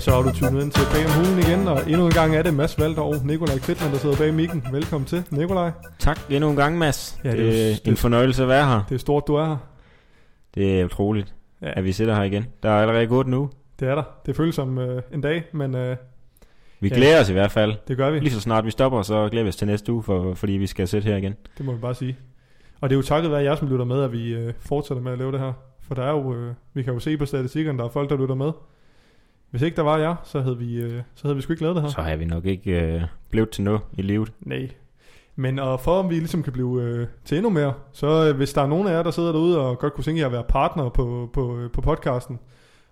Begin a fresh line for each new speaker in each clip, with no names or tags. så har du tunet ind til Bag om Hulen igen, og endnu en gang er det Mads Valder og Nikolaj Kvittmann, der sidder bag mikken. Velkommen til, Nikolaj.
Tak endnu en gang, Mads.
Ja,
Ja,
det
det
er jo-
er øh,
det-
en fornøjelse at være her.
Det er stort, du er her.
Det er utroligt,
Ja.
ja. at vi sidder her igen. Der er allerede gået nu.
Det er der. Det føles som øh, en dag, men øh,
Vi
Ja.
ja. glæder os i hvert fald.
det gør vi.
Lige så snart vi stopper, så glæder vi os til næste uge, for, fordi vi skal sidde her igen.
Det må vi bare sige. Og det er jo takket være jer, som lytter med, at vi øh, fortsætter med at lave det her. For der er jo, øh, vi kan jo se på statistikkerne, der er folk, der lytter med. Hvis ikke der var jer, så havde vi, øh, så havde vi sgu ikke lavet det her.
Så har vi nok ikke øh, blevet til noget i livet.
Nej. Men og for om vi ligesom kan blive øh, til endnu mere, så øh, hvis der er nogen af jer, der sidder derude og godt kunne tænke jer at være partner på, på, øh, på podcasten,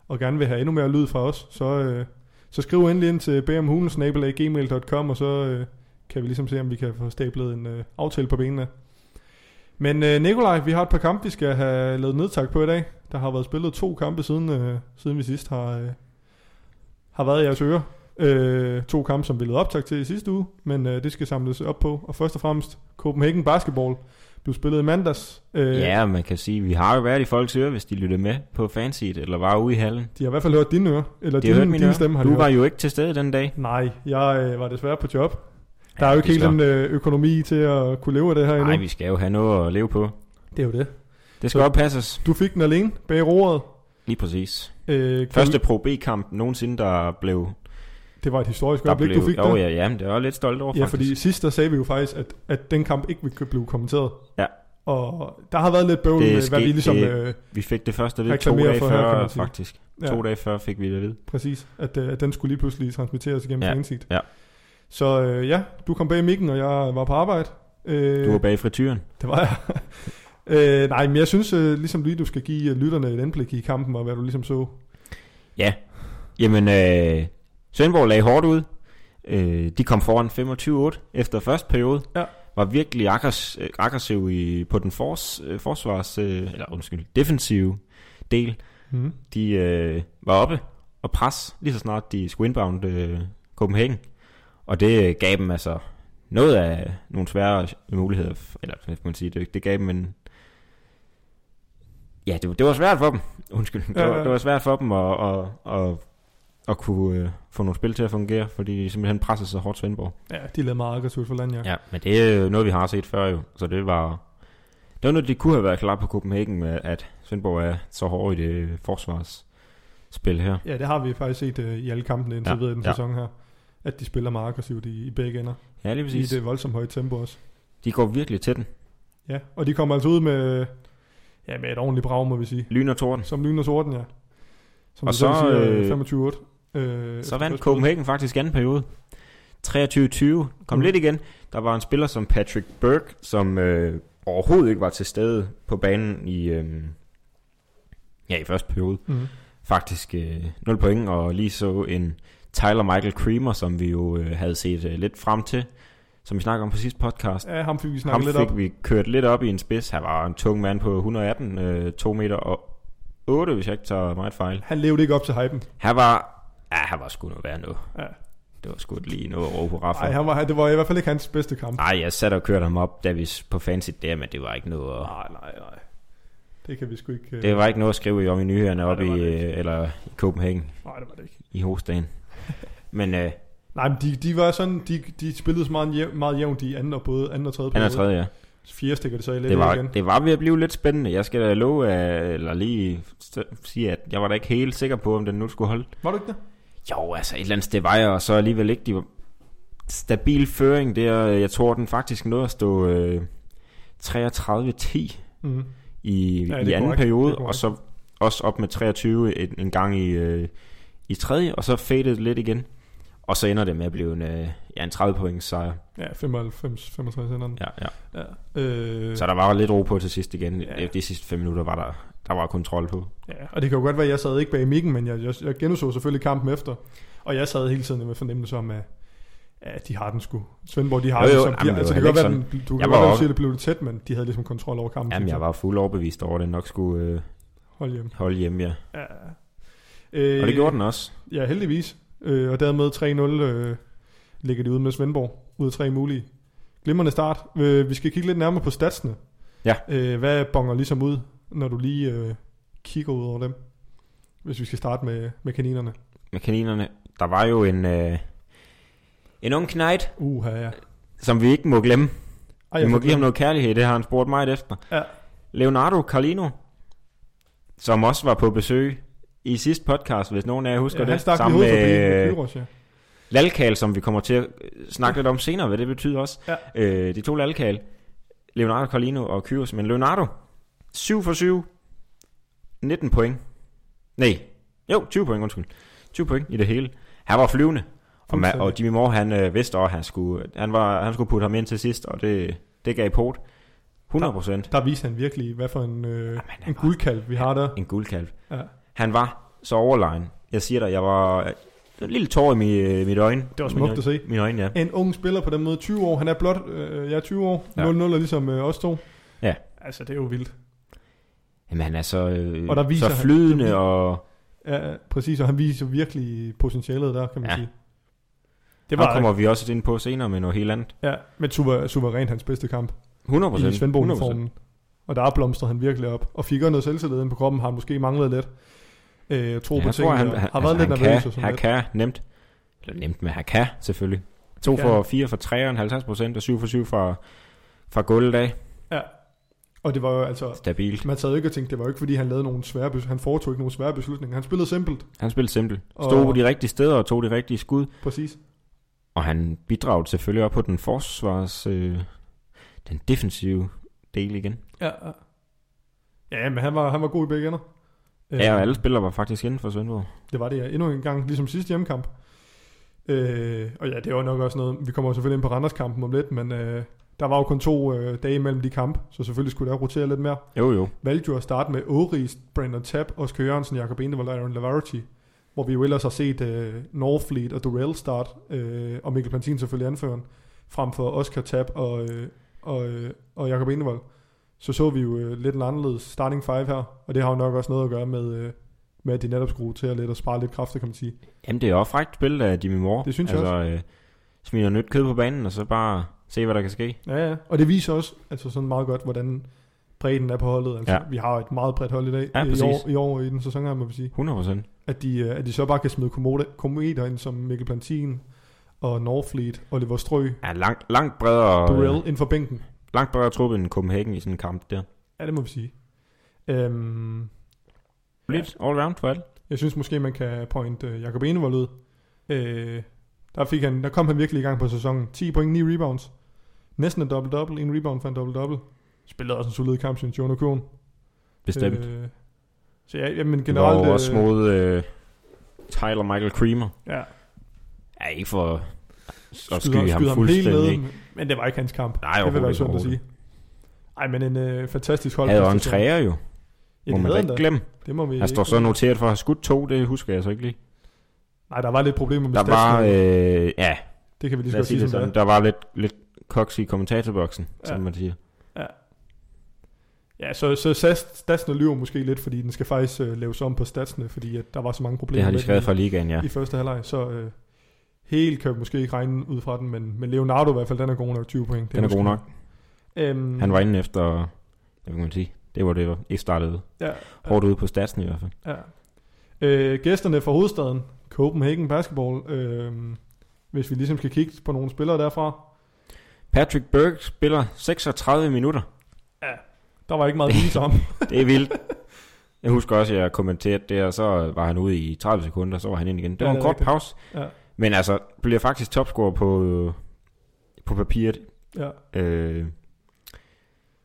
og gerne vil have endnu mere lyd fra os, så, øh, så skriv endelig ind til bmhulen.gmail.com, og så øh, kan vi ligesom se, om vi kan få stablet en øh, aftale på benene. Men øh, Nikolaj, vi har et par kampe, vi skal have lavet nedtak på i dag. Der har været spillet to kampe, siden, øh, siden vi sidst har, øh, har været i jeres ører. Øh, to kampe, som vi lavede optag til i sidste uge, men øh, det skal samles op på. Og først og fremmest, Copenhagen Basketball blev spillet i mandags. Øh,
Øh. Ja, man kan sige, vi har jo været i folks ører, hvis de lytter med på fansit, eller var ude i hallen.
De har i hvert fald hørt dine ører, eller
Det hørte
din,
min
din stemme har
ører. Du
de
var
hørt.
jo ikke til stede den dag.
Nej, jeg øh, var desværre på job. Der er jo ikke
det
helt
slår.
den øh, økonomi til at kunne leve af det her endnu.
Nej, vi skal jo have noget at leve på.
Det er jo det.
Det skal
Så-
så... oppasses.
Du fik den alene bag roret.
Lige præcis.
Øh, kom-
Første Pro B-kamp nogensinde, der blev...
Det var et historisk
Der
øjeblik,
blev
du fik
jo,
det.
ja, ja, men det var jeg lidt stolt over,
ja,
faktisk.
fordi sidst der sagde vi jo faktisk, at, at den kamp ikke ville blive kommenteret.
Ja.
Og der har været lidt bøvl
Det
med, hvad
skete-
vi ligesom...
det-
Øh,
Vi fik det første ved to
Reklamere
dage
for her, kan
før,
man sige.
faktisk. Ja.
ja,
To dage før fik vi det at vide.
præcis. At, øh, at den skulle lige pludselig transmitteres igennem
Ja,
fansigt.
ja.
Så øh, ja, du kom bag mikken, og jeg var på arbejde. Øh,
Du var bag i frityren.
Det var jeg. øh, nej, men jeg synes øh, ligesom lige, du skal give øh, lytterne et indblik i kampen, og hvad du ligesom så.
Jamen, øh, Svendborg lagde hårdt ud. Øh, de kom foran 25-8 efter første periode.
Ja.
Var virkelig aggress- øh, aggressiv i, på den fors, øh, forsvars... Øh, eller undskyld, defensive del.
Mm.
De øh, var oppe og pres lige så snart de skulle inbound øh, Copenhagen. Og det øh, gav dem altså noget af nogle svære muligheder. f- Eller hvad kan man sige, det, det gav dem en... Ja, det, var- det var svært for dem. Undskyld. Det,
Ja,
ja,
ja.
var, det var svært for dem at, at, at, at kunne øh, få nogle spil til at fungere, fordi de simpelthen pressede sig hårdt Svendborg.
Ja, de lavede meget aggressivt for Landjak.
Ja, men det er jo noget, vi har set før jo. Så det var... Det var noget, de kunne have været klar på Copenhagen med, at Svendborg er så hård i det øh, forsvarsspil her.
Ja, det har vi faktisk set øh, i alle kampene indtil ja.
Ja,
videre i den ja.
ja.
sæson her. At de spiller meget aggressivt i, i begge ender.
Ja, lige
Præcis.
præcis.
I det voldsomt høje tempo også.
De går virkelig til den.
Ja, og de kommer altså ud med, ja, med et ordentligt brag, må vi sige.
Lyn og torden.
Som lyn og sorten, ja. Som
Og
du selv
så, øh,
siger, 25-8. Øh,
Så
efter
vandt
første
Copenhagen faktisk anden periode. 23-20. Kom
Mm.
mm. lidt igen. Der var en spiller som Patrick Burke, som øh, overhovedet ikke var til stede på banen i, øh, ja, i første periode.
Mhm.
Faktisk øh, 0 point, og lige så en Tyler Michael Creamer, som vi jo øh, havde set øh, lidt frem til, som vi snakkede om på sidste podcast.
Ja, ham fik vi
Ham
snakket
fik
lidt op.
vi kørt lidt op i en spids. Han var en tung mand på 118, øh, 2 meter og 8, hvis jeg ikke tager meget fejl.
Han levede ikke op til hypen.
Han var... Ja, han var sgu noget værd nu.
Ja.
Ja. Det var sgu lige noget over på Rafa.
Nej, han var, det var i hvert fald ikke hans bedste kamp.
Ej, jeg satte og kørte ham op, da vi s- på fancy der, men det var ikke noget at,
nej, nej. Det kan vi sgu ikke... Øh,
det var ikke noget at skrive om i nyhederne
Nej,
op
det
i,
var det ikke.
øh, eller i Copenhagen
Nej, det var det ikke.
i hovedstaden. men øh,
Nej, men de, de var sådan... De, de spillede så meget, jæv, meget jævnt i anden og både anden og tredje
han er
periode.
tredje, ja.
Fjerde stikker det så i lidt
Det var,
igen.
det var ved at blive lidt spændende. Jeg skal da love, øh, eller lige s- sige, at jeg var da ikke helt sikker på, om den nu skulle holde.
Var du ikke det?
Jo, altså et eller andet sted var jeg, og så alligevel ikke. De var stabil føring der. Jeg tror, den faktisk nåede at stå øh, 33-10
Mm.
i,
Ja,
ja,
det
i
er
anden
korrekt. Det
periode,
er korrekt.
og så også op med 23 en, en gang i, øh, i tredje, og så faded lidt igen. Og så ender det med at blive en, øh, ja, en 30 points sejr.
Ja, 95, 65 enderne.
Ja, ja.
Ja. Øh,
Så der var lidt ro på til sidst igen.
Ja.
Ja. De sidste fem minutter var der, der var kontrol på.
ja. Og det kan jo godt være, at jeg sad ikke bag mikken, men jeg, jeg, jeg genudså selvfølgelig kampen efter. Og jeg sad hele tiden med fornemmelse om, at ja, de har den sgu. Svendborg, de har
Jo, jo,
den, som
jamen,
de,
det
altså,
var
det kan godt være,
heller
den, du kan
Jeg
godt
var
være, du
også-
siger, det blev lidt tæt, men de havde ligesom kontrol over kampen.
Jamen,
synes
jeg var fuld overbevist over, at den nok skulle øh,
Hold hjem.
holde hjemme, ja.
Ja. Øh,
Og det gjorde den også.
Ja, heldigvis. Øh, og dermed 3-0 øh, ligger de ude med Svendborg. Ud af tre mulige. Glimrende start. Øh, vi skal kigge lidt nærmere på statsene.
Ja.
Øh, hvad bonger ligesom ud, når du lige øh, kigger ud over dem? Hvis vi skal starte med, med kaninerne.
Med kaninerne, Der var jo en, øh, en ung knight,
Uha, ja.
som vi ikke må glemme.
Ej,
vi
jeg
må
får
give ham
glemt.
noget kærlighed, det har han spurgt mig efter.
Ja.
Leonardo Carlino, som også var på besøg i sidste podcast, hvis nogen af jer husker
ja,
det.
han stak lige hovedet forbi med Kyros, ja.
Lalkal, som vi kommer til at øh, snakke lidt om senere, hvad det betyder også.
Ja.
Øh, de to Lalkal, Leonardo Carlino og Kyros, men Leonardo, 7 for 7, 19 point. Nej, jo, 20 point, undskyld. 20 point i det hele. Han var flyvende, og, ma-
Fuldstændig.
og Jimmy Moore, han øh, vidste også, at han skulle, han, var, han skulle putte ham ind til sidst, og det, det gav pot. 100 procent.
Der viste han virkelig, hvad for en, øh,
han
en
var-
guldkalv vi har der.
En guldkalv.
Ja.
Han var så overlegen. Jeg siger dig, jeg var øh, en lille tår i mit, mit øjne.
Det var smukt at se.
Min øjne, ja.
En ung spiller på den måde, 20 år. Han er blot, øh, jeg er 20 år.
Ja.
0-0 er ligesom øh, os to.
Ja.
Altså, det er jo vildt.
Jamen, han er så, øh,
Og der viser
så
han-
flydende,
det-
og
Ja, præcis. Og han viser virkelig potentialet der, kan man
Ja.
ja. sige.
det
Det
var
var
kommer vi også ind på senere med noget helt andet.
Ja, men suver, suverænt hans bedste kamp
100
i
procent.
Svendborg-uniformen. Og der blomstrede han virkelig op. Og fik også noget selvtillid ind på kroppen. Har han måske manglet lidt. Øh, tro
Ja,
på
jeg
ting.
tror, han,
og
han,
har været
altså,
lidt
han
nervøs. og
kan,
sådan
han
lidt.
kan nemt. Eller nemt, men han kan selvfølgelig. 2
kan
for
han.
4 for 3'eren, 50 procent, og 7 for 7 fra, fra gulvet af.
Og det var jo altså...
Stabilt.
Man sad jo ikke og tænkte, det var jo ikke fordi, han lavede nogle svære bes- Han foretog ikke nogle svære beslutninger. Han spillede simpelt.
Han spillede simpelt. Stod
Og-
på de rigtige steder og tog de rigtige skud.
Præcis.
Og han bidragede selvfølgelig op på den forsvars... Øh, den defensive del igen.
Ja, ja. Ja, men han var, han var god i begge ender. Øh,
Ja, og alle spillere var faktisk inden for Svendborg.
Det var det ja. endnu en gang, ligesom sidste hjemmekamp. Øh, og ja, det var nok også noget, vi kommer jo selvfølgelig ind på Randers-kampen om lidt, men øh, der var jo kun to øh, dage imellem de kampe, så selvfølgelig skulle der rotere lidt mere.
Jo, jo.
Valgte jo at starte med Åris, Brandon Tapp, Oscar Jørgensen, Jakob Enevold og Aaron Lavarity, hvor vi jo ellers har set øh, Northfleet og Durrell start, øh, og Mikkel Plantin selvfølgelig anføren, frem for Oscar Tapp og, øh, og, øh, og Jakob Enevold. Så så vi jo øh, lidt en anderledes starting five her, og det har jo nok også noget at gøre med, øh, med at de netop skulle rotere lidt og spare lidt kræfter, kan man sige.
Jamen, det er også frækt spil af Jimmy Moore.
Det synes jeg
altså, også. Øh, smider nyt kød på banen, og så bare se, hvad der kan ske.
Ja, ja. Og det viser også altså sådan meget godt, hvordan bredden er på holdet. Altså,
Ja.
ja. Vi har et meget bredt hold i dag.
Ja, præcis.
i, år, I år i den sæson her, må vi sige.
100%.
At de, øh, at de så bare kan smide komoder, kometer ind, som Mikkel Plantin og Norfleet, Oliver Strø,
Ja, langt, langt bredere,
Burrell
øh,
ind for bænken.
langt bredere truppe end Copenhagen i sådan en kamp der.
Ja, det må vi sige. Øhm,
Lidt all round for alt.
jeg synes måske, man kan pointe øh, Jakob Enevold ud. Øh, der, fik han, der kom han virkelig i gang på sæsonen. 10 point, 9 rebounds. Næsten en dobbelt-dobbelt. En rebound for en dobbelt-dobbelt. Spillede også en solid kamp, synes Jono Kuhn.
Bestemt. Øh,
Øh, så ja, jamen
generelt,
generelt...
og også mod øh, Tyler Michael Creamer.
Ja,
Ja, ikke for at skyde,
skyder,
ham
skyder ham, helt
fuldstændig.
ned,
ikke?
men- men det var ikke hans kamp.
Nej,
det vil være
overhovedet
sundt at sige.
ikke.
Ej, men en øh, fantastisk
Han
hold.
havde jo en træer jo,
Ja,
må
det
man
havde
da
han da.
ikke glemme.
Det må vi
Han står
ikke-
så noteret for at have skudt to, det husker jeg så ikke lige.
Nej, der var lidt problemer med
Der var,
statsmålet.
øh, ja,
det kan vi lige så
lad os
godt
sige
sige, som
det sådan,
det
der var lidt, lidt koks i kommentatorboksen,
Ja.
som man siger.
er. Ja, så, så stats- statsene lyver måske lidt, fordi den skal faktisk øh, laves om på statsene, fordi at der var så mange problemer
Det har
med
de
den
skrevet
i-
fra ligaen, ja.
i første halvleg, så øh, helt kan vi måske ikke regne ud fra den, men, men Leonardo i hvert fald, den er god nok 20 point. Det
Den er god
måske-
nok.
Øhm,
Han var inde efter, hvad kan man sige, det var det, var ikke startede
ja,
hårdt ude på statsen i hvert fald.
Ja. Øh, gæsterne fra hovedstaden, Copenhagen Basketball, øh, hvis vi ligesom skal kigge på nogle spillere derfra,
Patrick Burke spiller 36 minutter.
der var ikke meget at vise om.
Det er vildt. Jeg husker også, at jeg kommenterede det, og så var han ude i 30 sekunder, og så var han ind igen. Det
Ja,
var
det
en
er
kort
rigtigt.
pause.
Ja.
Men altså, bliver faktisk topscorer på, på papiret.
Ja.
Øh,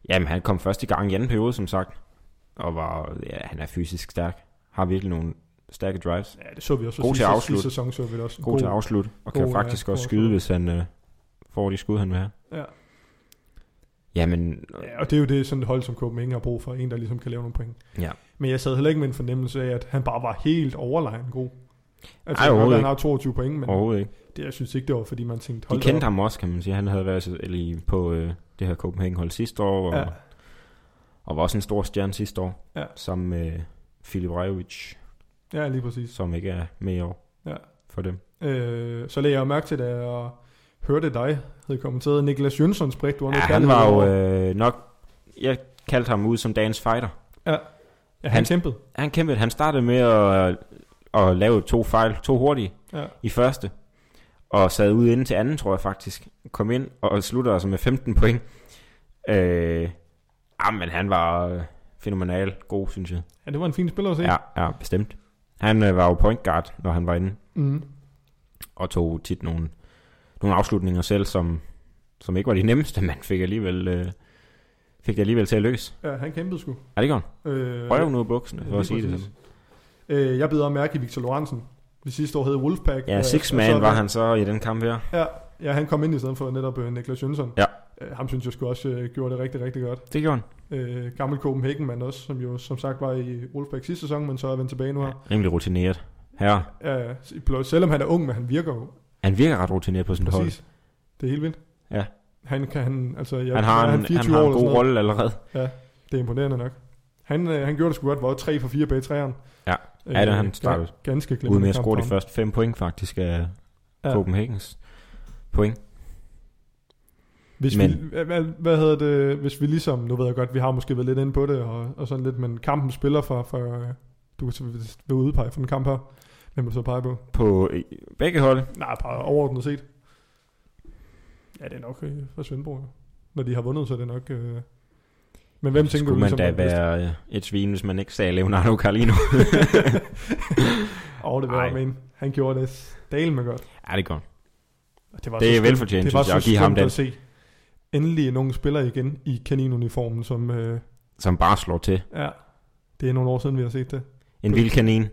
jamen, han kom først i gang i anden periode, som sagt. Og var, ja, han er fysisk stærk. Har virkelig nogle stærke drives.
ja, det så vi også.
God til
sidste-
at afslutte.
Sidste sæson så vi det også.
God, til at afslutte, og kan
god, ja,
faktisk
god
også skyde,
afslutter.
hvis han øh, får de skud, han vil have.
Ja.
Jamen,
Ja, og det er jo det sådan et hold, som Copenhagen har brug for. En, der ligesom kan lave nogle point.
Ja.
Men jeg sad heller ikke med en fornemmelse af, at han bare var helt overlegen god. Altså,
Ej,
Ej,
overhovedet
han har 22 point, men
overhovedet ikke.
det, jeg synes ikke, det var, fordi man tænkte,
De
hold da op.
kendte ham også, kan man sige. Han havde været så- eller i- på øh, det her Copenhagen-hold sidste år, og, ja.
Ja.
og var også en stor stjerne sidste år,
Ja.
sammen med øh, Filip Rejovic,
Ja, lige præcis.
som ikke er med i år
Ja.
for dem.
Øh, så lagde jeg jo mærke til, da jeg hørte dig, havde kommenteret Niklas Jønssons brik, du har
Ja,
noget
han
kærlighed
var
over.
jo øh, nok... Jeg kaldte ham ud som dagens fighter.
Ja,
Han-
han kæmpede.
Han kæmpede. Han startede med at, og lavede to fejl, to hurtige
Ja.
i første. Og sad ude inden til anden, tror jeg faktisk. Kom ind og slutter altså med 15 point. Øh, jamen, han var øh, fænomenal god, synes jeg.
ja, det var en fin spiller at se.
Ja, ja bestemt. Han øh, var jo point guard, når han var inde,
Mm.
og tog tit nogle, nogle afslutninger selv, som, som ikke var de nemmeste, men fik alligevel, øh, fik det alligevel til at lykkes.
ja han kæmpede sgu.
Er det godt?
Øh,
Røv nu i buksene, for
lige
at sige det
præcis.
sådan.
Øh, jeg beder mærke i Victor Lorentzen. Det sidste år hed Wolfpack.
Ja,
og-
six
og så-
man var han så i den kamp her.
Ja, ja, han kom ind i stedet for netop øh, Niklas Jønsson.
Ja.
Øh, ham synes jeg skulle også øh, gjorde det rigtig, rigtig godt.
Det gjorde han.
Øh, gammel Copenhagen-mand også, som jo som sagt var i Wolfpack sidste sæson, men så er vendt tilbage nu her. Øh,
Rimelig rutineret. Her.
Ja, ja, blot- selvom han er ung, men han virker jo
Han virker ret rutineret på sin hold.
præcis. Det er helt vildt.
Ja.
Han kan, han, altså, jeg,
Han har,
er
en, han har en
eller sådan
god
noget?
rolle allerede.
Det er imponerende nok. Han, øh, han gjorde det sgu godt, var 3 for 4 bag træeren.
Ja.
øh,
Ja, det han startede
ga- Ganske glemt.
Uden med at score de første fem point faktisk af
Ja.
Copenhagens point.
Hvis
Men-
men... vi, hvad, hvad hedder det, hvis vi ligesom, nu ved jeg godt, vi har måske været lidt inde på det, og, og sådan lidt, men kampen spiller for, for øh, du kan selvfølgelig vil udpege for den kamp her, hvem vil du så pege på?
På øh, begge hold,
Nej, bare overordnet set. Ja, det er nok øh, for Svendborg. ja. Når de har vundet, så er det nok... Øh... Men hvem tænker
skulle
du
man
ligesom?
da
er den bedste?
være øh, et svin, hvis man ikke sagde Leonardo Carlino.
Åh, det var
Ej.
jeg mene. Han gjorde det dalme godt.
ja, det er godt.
Og Det, var
Det
så
er
skønt.
velfortjent,
Det var
synes jeg, at
så
give ham
skønt at se. Endelig nogle spillere igen i kaninuniformen, som... Øh,
Som bare slår til.
ja, det er nogle år siden, vi har set det.
En vild kanin.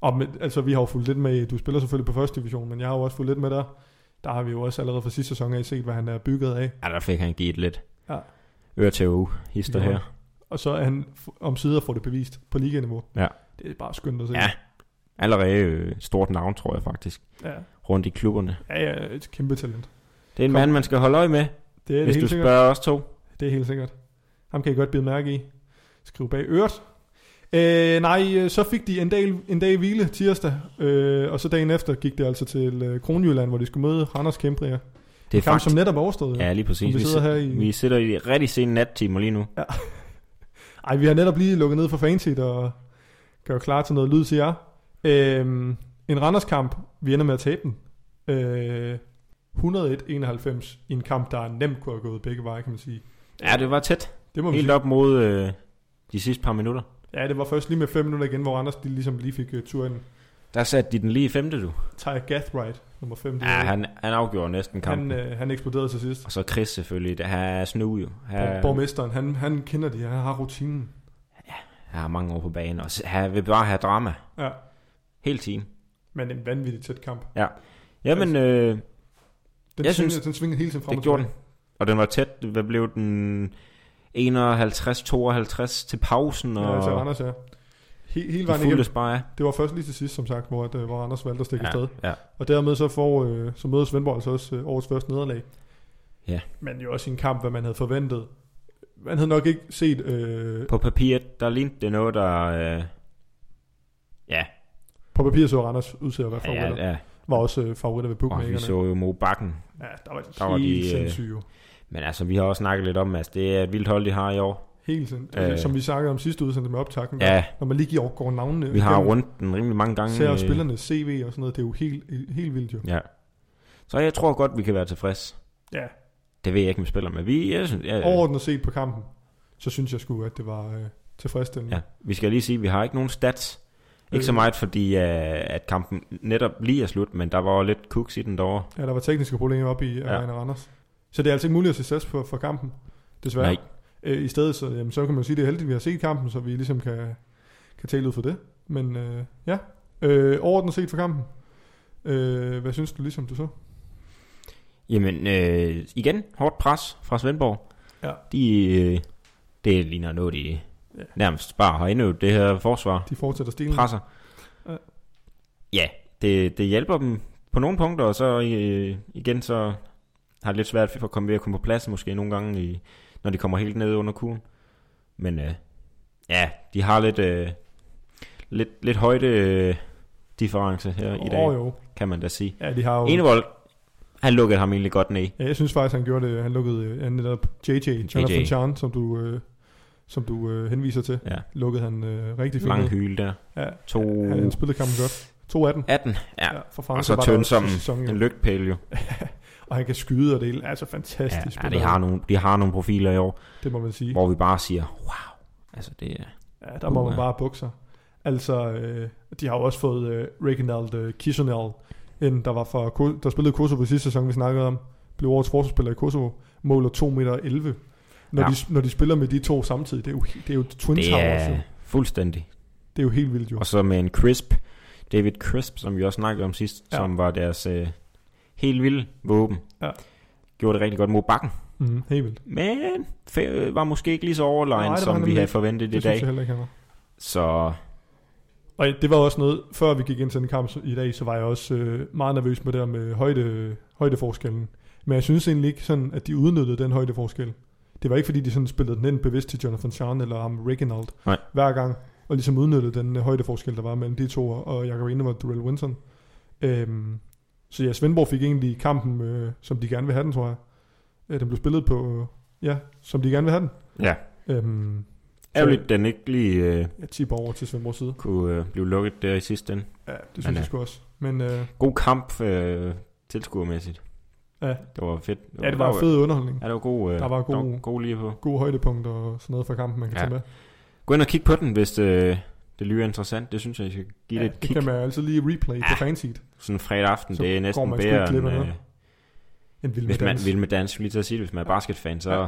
Og med, altså, vi har jo fulgt lidt med, du spiller selvfølgelig på første division, men jeg har jo også fulgt lidt med der. Der har vi jo også allerede fra sidste sæson af set, hvad han er bygget af.
Ja, der fik han givet lidt.
Ja.
Øre til uge, hister
Det gjorde
her.
Og så er han f- om sider får det bevist på liganiveau.
Ja.
Det er bare skønt at se.
Ja. Allerede øh, stort navn, tror jeg faktisk.
Ja,
Rundt i klubberne.
ja, ja et kæmpe talent.
Det er en
Kom.
mand, man skal holde øje med,
Det er, det
hvis du
helt sikkert.
spørger os to.
Det er helt sikkert. Ham kan I godt bide mærke i. Skriv bag øret. Øh, nej, øh, så fik de en dag, en dag hvile tirsdag, øh, og så dagen efter gik det altså til øh, Kronjylland, hvor de skulle møde Randers Kæmbringer.
Det er
Kamp,
faktisk...
som netop er overstået.
Ja, lige præcis.
som vi sidder
si-
her i-
Mm. vi sidder i de rigtig sene nattimer lige nu.
Ej, vi har netop lige lukket ned for fansit og gør klar til noget lyd til jer. Øhm, en Randers-kamp, vi ender med at tabe den. Øh, 101-91 i en kamp, der nemt kunne have gået begge veje, kan man sige.
Ja, det var tæt.
Det må man
Helt
sige.
op mod øh, de sidste par minutter.
Ja, det var først lige med 5 minutter igen, hvor Randers de ligesom lige fik uh, turen.
Der satte de den lige i femte, du.
Ty Gathright, nummer 5.
Ja, han, han afgjorde næsten kampen.
han, øh, han eksploderede til sidst.
Og så Chris selvfølgelig. Det her er snu jo. Her,
Ja. Borgmesteren, han, han kender de, han har rutinen.
her er mange år på banen. Og s- her vil bare have drama.
Ja,
Hele tiden.
men en vanvittig tæt kamp.
Jamen, øh,
Den, svingede,
Jeg synes,
den svingede hele tiden frem
det
og
gjorde den.
tilbage.
Og den var tæt. Hvad blev den? 51-52 til pausen.
Ja, altså
Og
Randers, ja. He, hele
ja,
vejen
de
igennem.
fulgtes bare af.
Det var først lige til sidst, som sagt, hvor, at, øh, hvor Anders valgte at stikke ja. afsted.
Ja, ja.
Og dermed så, får, øh, så møder Svendborg altså også øh, årets første nederlag.
Ja.
Men jo også i en kamp, hvad man havde forventet. Man havde nok ikke set... Øh,
På papiret, der lignede det noget, der... Øh, ja,
på papir så Anders ud til at være
ja,
favoritter. Ja, ja.
ja, ja.
Var også øh, favoritter ved
Og vi
bookmakerne.
så jo Mo Bakken
Ja, der var,
Der var
helt
de, øh,
sindssyge. jo.
Men altså, vi har også snakket lidt om, at det er et vildt hold, de har i år.
Helt sindssyge. Altså,
øh,
som vi snakkede om sidste udsendelse med optakken. Ja.
Ja,
Når man lige giver går navnene.
vi har
igennem,
rundt den rimelig mange gange.
Ser
øh,
spillerne CV og sådan noget. Det er jo helt, helt vildt jo.
Ja. Så jeg tror godt, vi kan være tilfredse.
Ja.
Det ved jeg ikke med spiller, men vi, jeg synes, ja, ja.
Overordnet set på kampen, så synes jeg sgu, at det var øh, tilfredsstillende.
ja. Vi skal lige sige, at vi har ikke nogen stats. Ikke så
Øh.
meget, fordi uh, at kampen netop lige er slut, men der var jo lidt cooks i den derovre.
Ja, der var tekniske problemer op i
Ja.
ja. Arena Randers. Så det er altså ikke muligt at se stats på for kampen, desværre.
Nej.
Øh, I stedet, så, jamen, så kan man sige, det er heldigt, at vi har set kampen, så vi ligesom kan, kan tale ud for det. Men øh, ja, øh, overordnet set for kampen. Øh, hvad synes du ligesom, du så?
Jamen, øh, igen, hårdt pres fra Svendborg.
Ja.
De, øh, det ligner noget, de
Ja.
nærmest bare har indøvet det her forsvar.
De fortsætter stilen.
presser.
Ja.
Ja, det, det hjælper dem på nogle punkter, og så øh, igen så har det lidt svært for at komme ved at komme på plads måske nogle gange, i, når de kommer helt ned under kuglen. Men øh, ja, de har lidt, øh, lidt, lidt højde øh, difference her i dag,
Åh, jo.
kan man da sige.
Ja, de har jo...
Enevold, han lukkede ham egentlig godt ned.
Ja, jeg synes faktisk, han gjorde det. Han lukkede øh, han netop JJ, JJ. Jonathan Chan, som du øh, som du øh, henviser til,
Ja.
lukkede han øh, rigtig fint.
Lang
ned.
hyl der.
Ja,
To...
han, han spillede kampen godt. 2 18.
18. Ja.
for Frankrig
Og så
var der
tynd
også
som
sidste sæson, jo.
en lygtpæl jo.
Og han kan skyde og det hele. Altså
Ja,
fantastisk.
ja,
spiller
de,
han.
har nogle, de har nogle profiler i år,
Det må man sige.
hvor vi bare siger, wow. Altså det er...
Ja, der må man
Uha.
bare bukke sig. Altså, øh, de har jo også fået øh, Reginald øh, Kisonel, en der, var fra, Ko- der spillede i Kosovo i sidste sæson, vi snakkede om. Blev årets forsvarsspiller i Kosovo. Måler 2,11 meter. Når,
Ja.
ja. de, når de spiller med de to samtidig, det er jo, he- det er jo Twin
Det
Towers.
er
jo.
fuldstændig
Det er jo helt vildt jo.
Og så med en Crisp, David Crisp, som vi også snakkede om sidst, ja.
Ja.
som var deres øh, helt vilde våben.
Ja.
Gjorde det rigtig godt mod bakken,
Mm, helt vildt.
men fe- var måske ikke lige så overlegen,
Nej, det
Nej,
var han
som vi
nemlig
havde
ikke.
forventet
Det,
i
det synes jeg
dag.
heller ikke, han var.
Så
Og det var også noget, før vi gik ind til den kamp i dag, så var jeg også øh, meget nervøs med det der med højde, højdeforskellen. Men jeg synes egentlig ikke, sådan, at de udnyttede den højdeforskel. Det var ikke, fordi de sådan spillede den ind bevidst til Jonathan Scharn eller ham Reginald
Nej.
hver gang, og ligesom udnyttede den øh, højdeforskel, der var mellem de to, og Jakob Ene var Darrell Winson. Øhm, så ja, Svendborg fik egentlig kampen, øh, som de gerne vil have den, tror jeg. Øh, den blev spillet på, øh, ja, som de gerne vil have den.
ja,
Øhm,
ærgerligt, den ikke lige øh,
jeg tipper over til Svendborgs side.
kunne øh, blive lukket der i sidste ende.
Ja, det synes
Men,
jeg
øh,
sgu også. Men øh,
God kamp øh, tilskuermæssigt.
Ja.
Det var fedt.
ja, det var en fed underholdning.
Ja, det var god, øh,
Der var
der
god-
var god lige på.
gode højdepunkter og sådan noget fra kampen, man kan
Ja,
ja, tage med.
Gå ind og kig på den, hvis det, det lyder interessant. Det synes jeg, I skal give ja,
ja,
det et
det
kig.
kan man altid lige replay ja. på fanseat.
Sådan en fredag aften,
Så
det er
går
næsten
man sgu ikke
bedre
glip
end...
af noget.
Øh,
En vild med
Hvis man
dans.
vil med dans, lige til at sige det, hvis man er basketfan, så
Ja.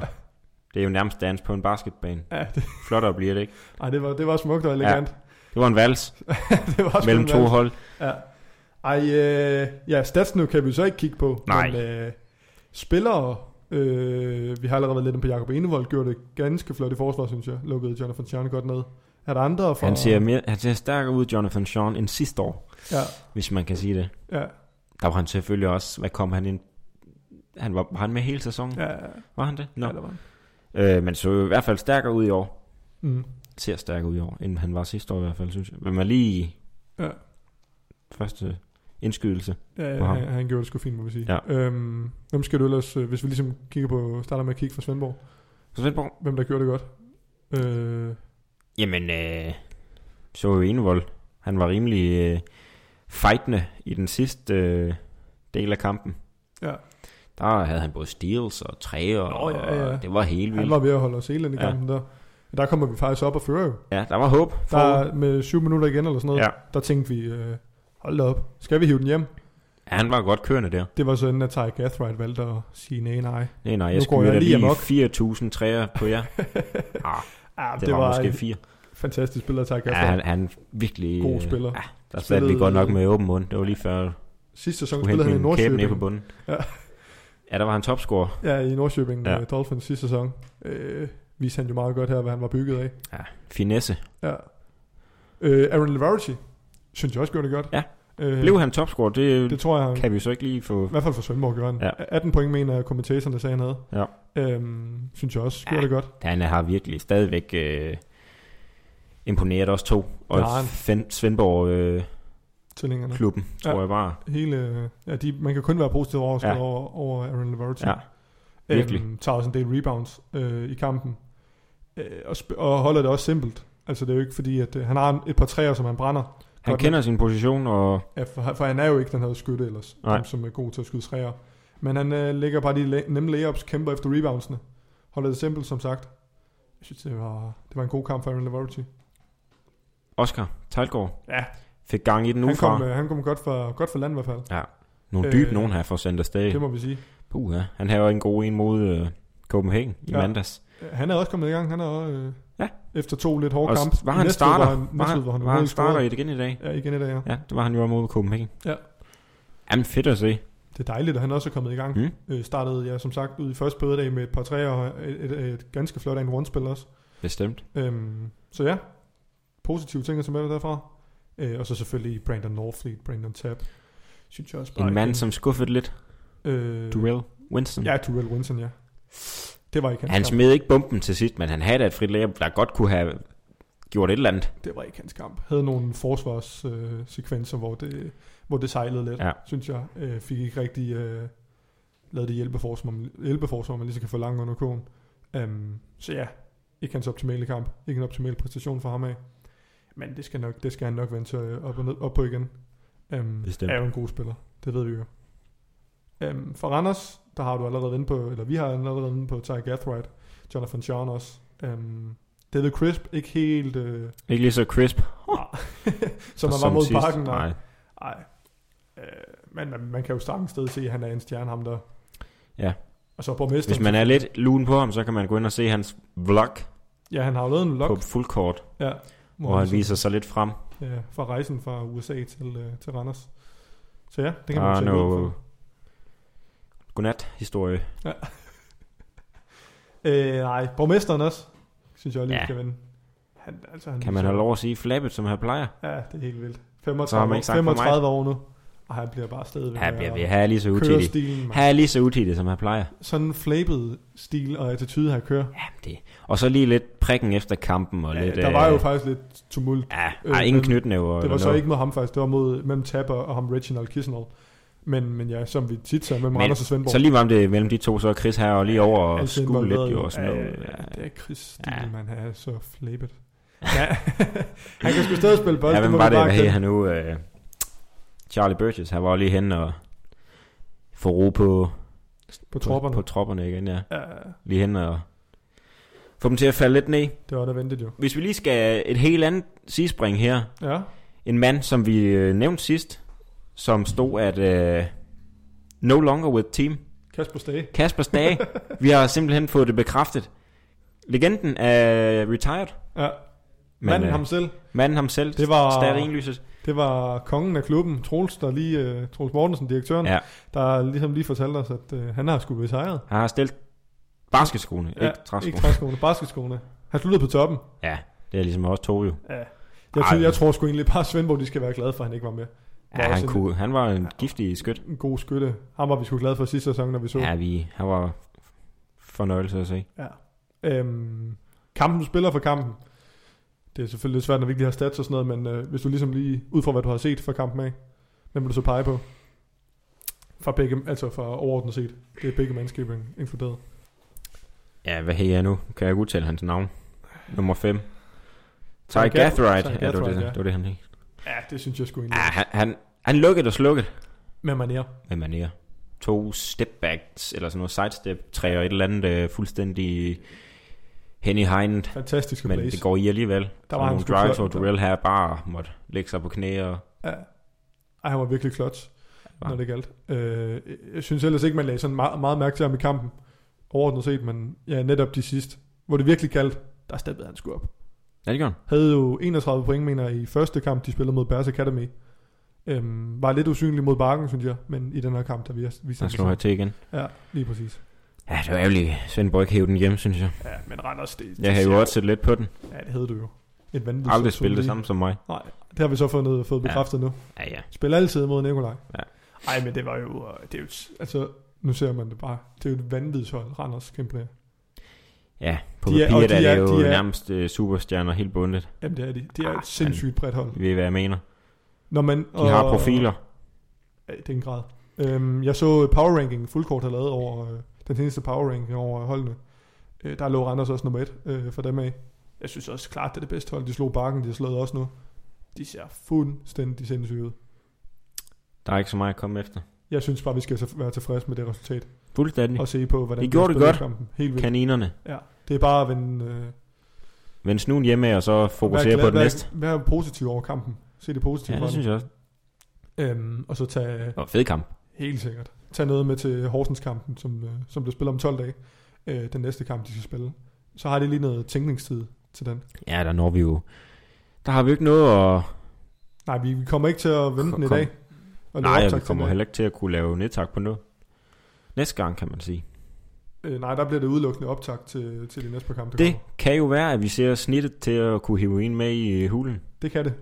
det er jo nærmest dans på en basketbane.
Ja, det,
Flottere bliver det ikke.
ej, det, var, det var smukt og elegant. Ja.
Det var en vals
det var sgu
mellem
en
to
dans.
hold.
Ja. Ej, øh, ja, statsene kan vi så ikke kigge på.
Nej.
Men, øh, spillere, øh, vi har allerede været lidt inde på Jakob Enevold, gjorde det ganske flot i forsvar, synes jeg. Lukkede Jonathan Chan godt ned. Er der andre? Fra,
Han ser, mere, han ser stærkere ud, Jonathan Sean, end sidste år,
Ja,
hvis man kan sige det.
ja,
Der var han selvfølgelig også, hvad kom han ind? Han var, var han med hele sæsonen? Ja.
ja, ja,
Var han det? No.
ja, der var.
Øh, men så i hvert fald stærkere ud i år.
Mm.
Ser stærkere ud i år, end han var sidste år i hvert fald, synes jeg. Men man lige...
Ja.
Første indskydelse.
Ja,
på ham.
han, han gjorde det sgu fint, må vi sige.
Ja.
Øhm, hvem skal du ellers, øh, hvis vi ligesom kigger på, starter med at kigge fra Svendborg?
Så Svendborg.
hvem der gjorde det godt. Øh,
Jamen, øh, så jo Enevold. Han var rimelig øh, fightende i den sidste øh, del af kampen.
Ja.
Der havde han både steals og træer,
Nå, ja, ja.
og det var helt vildt.
han var ved at holde os helt ind i
Ja.
kampen der. Men Der kommer vi faktisk op og fører jo.
Ja, der var håb.
Der er med syv minutter igen eller sådan noget,
Ja.
ja. der tænkte vi, øh, hold da op, skal vi hive den hjem?
Ja, han var godt kørende der.
Det var sådan, at Ty Gathright valgte at sige nej, nej.
Nej, nej,
Nu
jeg
går
skulle da
jeg lige
lige,
amok.
4.000 træer på jer. ah,
Ja,
det, det var, var måske
en
4.
fantastisk spiller, Ty
Ja,
Gathright.
han, han virkelig...
God
øh,
spiller.
Ja, der spillede vi
Spillede-
godt nok med åben mund. Det var lige før,
Sidste sæson
du
spillede
hentede
han i
min kæbe ned på
Nordsjøbing.
bunden.
Ja.
ja, der var han topscorer.
Ja, i Nordsjøbing
Ja.
ja. Dolphins sidste sæson. Øh, viste han jo meget godt her, hvad han var bygget af.
Ja, finesse.
Ja. Øh, Aaron Levarity, synes jeg også gjorde det godt.
Ja.
Øh,
Blev han topscorer? Det,
det tror jeg, han
kan vi jo så ikke lige få
I hvert fald for Svendborg gjorde han.
Ja.
Ja. 18 point mener jeg, kommentatorerne sagde, han havde.
Ja.
Øhm, synes jeg også. Gjorde
Ja.
ja. det godt.
Han har virkelig stadigvæk øh, imponeret os to. Og
Det har han.
Fen- Svendborg-klubben, øh,
Tillingerne.
klubben,
Ja.
tror jeg bare.
Hele, ja, de, man kan kun være positiv over,
Ja.
ja. over, over Aaron Leverty.
Ja, virkelig.
Øhm, tager også en del rebounds øh, i kampen. Øh, og, sp- og holder det også simpelt. Altså det er jo ikke fordi, at øh, han har en- et par træer, som han brænder.
Han
Godt
kender sin position, og
Ja, for, for han er jo ikke den her skytte ellers,
Nej.
dem, som er god til at skyde træer. Men han øh, lægger bare de la- nemme layups, kæmper efter reboundsene. Holder det simpelt, som sagt. Jeg synes, det var, det var en god kamp for Aaron Leverty.
Oscar Talgaard
Ja,
fik gang i den nu
han, kom,
fra.
øh, han kom godt fra, godt fra land i hvert fald.
Nogle dybe
øh,
nogen her for Center Stage.
Det må vi sige.
Puh, ja. Han havde jo en god en mod øh, Copenhagen i
Ja.
mandags.
Øh, Han er også kommet i gang. Han er også, øh,
Ja.
efter to lidt hårde
Og
kampe.
s- var han
Næste uge
starter?
Var han,
Var,
næste uge var han,
var han
ude i scoret.
starter i det igen i dag?
Ja, igen i dag, ja.
Ja, det var han jo mod Copenhagen.
Ja.
Jamen fedt at se.
Det er dejligt, at han også er kommet i gang.
Mm.
Øh, startede, ja, som sagt, ud i første bødedag med et par træer og et, et, et ganske flot en rundspil også.
Bestemt.
Øhm, så ja, positive ting at tage med derfra. Øh, og så selvfølgelig Brandon Norfleet, Brandon Tapp. Synes jeg også bare
En mand,
igen.
som skuffede lidt.
Øh,
Durrell Winston.
Ja, Durrell Winston, ja. Det var ikke hans
Han
kamp.
smed ikke bomben til sidst, men han havde da et frit layup, der godt kunne have gjort et eller andet.
det var ikke hans kamp. Havde nogle forsvarssekvenser, øh, sekvenser, hvor, det, hvor det sejlede lidt,
Ja.
ja. synes jeg. Øh, fik ikke rigtig øh, lavet det hjælpeforsvar, man, hjælpeforsvar, man lige så kan forlange under kurven. Um, så ja, ikke hans optimale kamp, ikke en optimal præstation for ham af. Men det skal, nok, det skal han nok vende sig øh, op, og ned, op på igen. Um,
Bestemt.
Er jo en god spiller, det ved vi jo. Um, for Randers, der har du allerede inde på, eller vi har allerede været inde på Ty Gathright, Jonathan Sean også. Um, David Crisp, ikke helt... Øh,
Ikke lige så crisp,
som han var mod
sidst.
Parken. og-
Nej,
Nej. Øh, men man, man kan jo starte et sted se, at han er en stjerne, ham der.
Ja.
Og så borgmesteren.
Hvis man er lidt lun på ham, så kan man gå ind og se hans vlog
Ja, han har jo lavet en vlog,
på fuld kort,
ja, hvor
hvor han
sådan-
viser sig lidt frem.
ja, fra rejsen fra USA til, øh, til Randers. Så ja, det
Det
kan
kan
man jo
ah,
tjekke ud
no.
for.
Godnat-historie.
Øh, nej, borgmesteren også, synes jeg lige,
Ja.
ja. kan vinde. Han, altså, han
Kan man have lov at sige flabbet, som han plejer?
Ja, det er helt vildt.
Så har man
35,
ikke sagt for meget.
35 år nu, og han bliver bare stadigvæk
Han
med
bliver
at
ved. Han er lige så
køre
utidig.
stilen. Man.
Han er lige så utidig, som han plejer.
Sådan en flabet stil og attitude, han kører.
Jamen det. Og så lige lidt prikken efter kampen. Og
Ja,
lidt,
der var jo
øh,
faktisk lidt tumult
Ja,
øh,
ej, ingen
men
knytnæver.
Det var
eller
så
noget.
ikke mod ham faktisk, det var mod mellem Tapper og ham Reginald Kissenal. Men, men ja, som vi tit sagde, mellem
Men-
Randers og Svendborg.
Så lige meget om det er mellem de to, så er Chris her og lige over og
Altid
skue lidt
involveret.
jo og sådan
Ja,
noget.
ja, ja, Det er Chris stil,
Ja.
ja. man er så flabet. Ja. han kan sgu stadig spille bold.
Ja, hvem
må
var
vi
det,
bare
hvad hed
erkende.
han nu? Øh, Charlie Burgess, han var lige hen og få ro på,
På tropperne.
på, på tropperne igen, ja.
Ja,
Lige hen og få dem til at falde lidt ned.
det var der ventet jo.
Hvis vi lige skal et helt andet sidespring her.
Ja,
En mand, som vi øh, nævnte sidst, som stod at øh, no longer with team.
Kasper Stage.
Kasper Stage, vi har simpelthen fået det bekræftet. Legenden er retired.
Ja,
Men,
manden
øh,
ham selv.
manden ham selv,
Det var-
Starinlyset.
Det var kongen af klubben, Troels, der lige, uh, Troels Mortensen, direktøren,
Ja.
der ligesom lige fortalte os, at uh, han har sgu været sejret.
Han har stillet basketskoene, ja, ikke træskoene.
ikke træskoene, basketskoene. Han sluttede på toppen.
Ja, det er ligesom også Torio.
Ja. Jeg,
Ej.
tror, jeg tror sgu egentlig bare, at Svendborg de skal være glade for, at han ikke var med.
Ja,
Var også
han,
en-
kunne, han var en giftig skyt.
En god skytte. Ham var vi sgu glade for sidste sæson, når vi så.
Ja, vi, han var fornøjelse at se.
ja. Øhm, kampen, du spiller for kampen. Det er selvfølgelig lidt svært, når vi ikke lige har stats og sådan noget, men øh, hvis du ligesom lige, ud fra hvad du har set fra kampen af, hvem vil du så pege på? Fra begge, altså fra overordnet set. Det er begge mandskaber inkluderet.
Ja, hvad hedder jeg nu? Kan jeg ikke udtale hans navn? Nummer 5. Ty
Gath-
Gathright.
Ty
Ja, det var det,
Gathright, ja.
det, var det han hed.
Ja, det synes jeg sgu egentlig.
Ja, han, han, han lukkede og slukkede
Med manier.
med manier. To stepbacks, eller sådan noget sidestep, træer et eller andet øh, fuldstændig hen i hegnet.
Fantastiske
Men
plays.
det går i alligevel. Der var
han
nogle
sgu
drives, hvor
flot.
Durrell her bare måtte lægge sig på knæ og
Ja. Ej, han var virkelig clutch, var.
Var.
når det galt. Øh, jeg synes ellers ikke, man lagde sådan meget, meget mærke til ham i kampen, overordnet set, men ja, netop de sidste, hvor det virkelig galt, der steppede han sgu op.
Ja, det gjorde han.
Havde jo 31 point, mener jeg, i første kamp, de spillede mod Bears Academy. Øhm, var lidt usynlig mod Barken, synes jeg, men i den her kamp, der vi viste
Han slog her til igen.
Ja, lige præcis.
Ja, det var ærgerligt. Svendborg ikke hævde den hjem, synes jeg.
Ja, men Randers, det,
Jeg havde jo også set lidt på den.
Ja, det havde du jo. Et vanvittigt
Aldrig
sæson
spillet det
lige.
samme som mig.
Nej, det har vi så fundet, fået
Ja.
bekræftet nu.
Ja, ja.
Spil altid mod Nikolaj.
Ja.
Ej, men det var jo... øh, Det er jo s- altså, nu ser man det bare. Det er jo et vanvittigt hold, Randers kæmper.
Ja, på
De er- og
papiret
de
er,
er-
det jo
de er-
nærmest øh, superstjerner helt bundet.
Jamen, det er de. Det er
Ah,
et sindssygt bredt hold.
Ved I, hvad jeg mener?
Når man,
De har profiler.
Ja, det er en grad. Øhm, jeg så Power Ranking, Fuldkort har lavet over øh, den seneste Power Ranking over holdene. Øh, der lå Randers også nummer et øh, for dem af. Jeg synes også klart, det er det bedste hold. De slog Bakken, de har slået også nu. De ser fuldstændig sindssyge ud.
Der er ikke så meget at komme efter.
Jeg synes bare, vi skal så- være tilfredse med det resultat.
Fuldstændig.
Og se på, hvordan
De Mm. gjorde det
spillede
godt.
Kampen. Helt vildt.
Kaninerne.
Ja. Det er bare at vende... Øh,
Vend snuden hjemme og så fokusere
Vær
på det
vær-
næste.
Vær positiv over kampen. Se det positive
Ja,
fra
det synes jeg også.
den. Øhm, og så tage,
Og fed kamp.
helt sikkert, tage noget med til Horsenskampen, som, øh, som bliver spillet om 12 dage. Øh, den næste kamp, de skal spille. Så har de lige noget tænkningstid til den.
Ja, der når vi jo... Der har vi jo ikke noget at...
Nej, vi, vi kommer ikke til at vente den i
Kom.
dag. Og lave
Nej,
optag
vi
til
kommer
den.
heller ikke til at kunne lave nedtak på noget. Næste gang, kan man sige.
Øh, nej, der bliver det udelukkende optag til, til de næste par kampe. der
Det
kommer.
kan jo være, at vi ser snittet til at kunne hive en med i øh, hulen.
det kan det.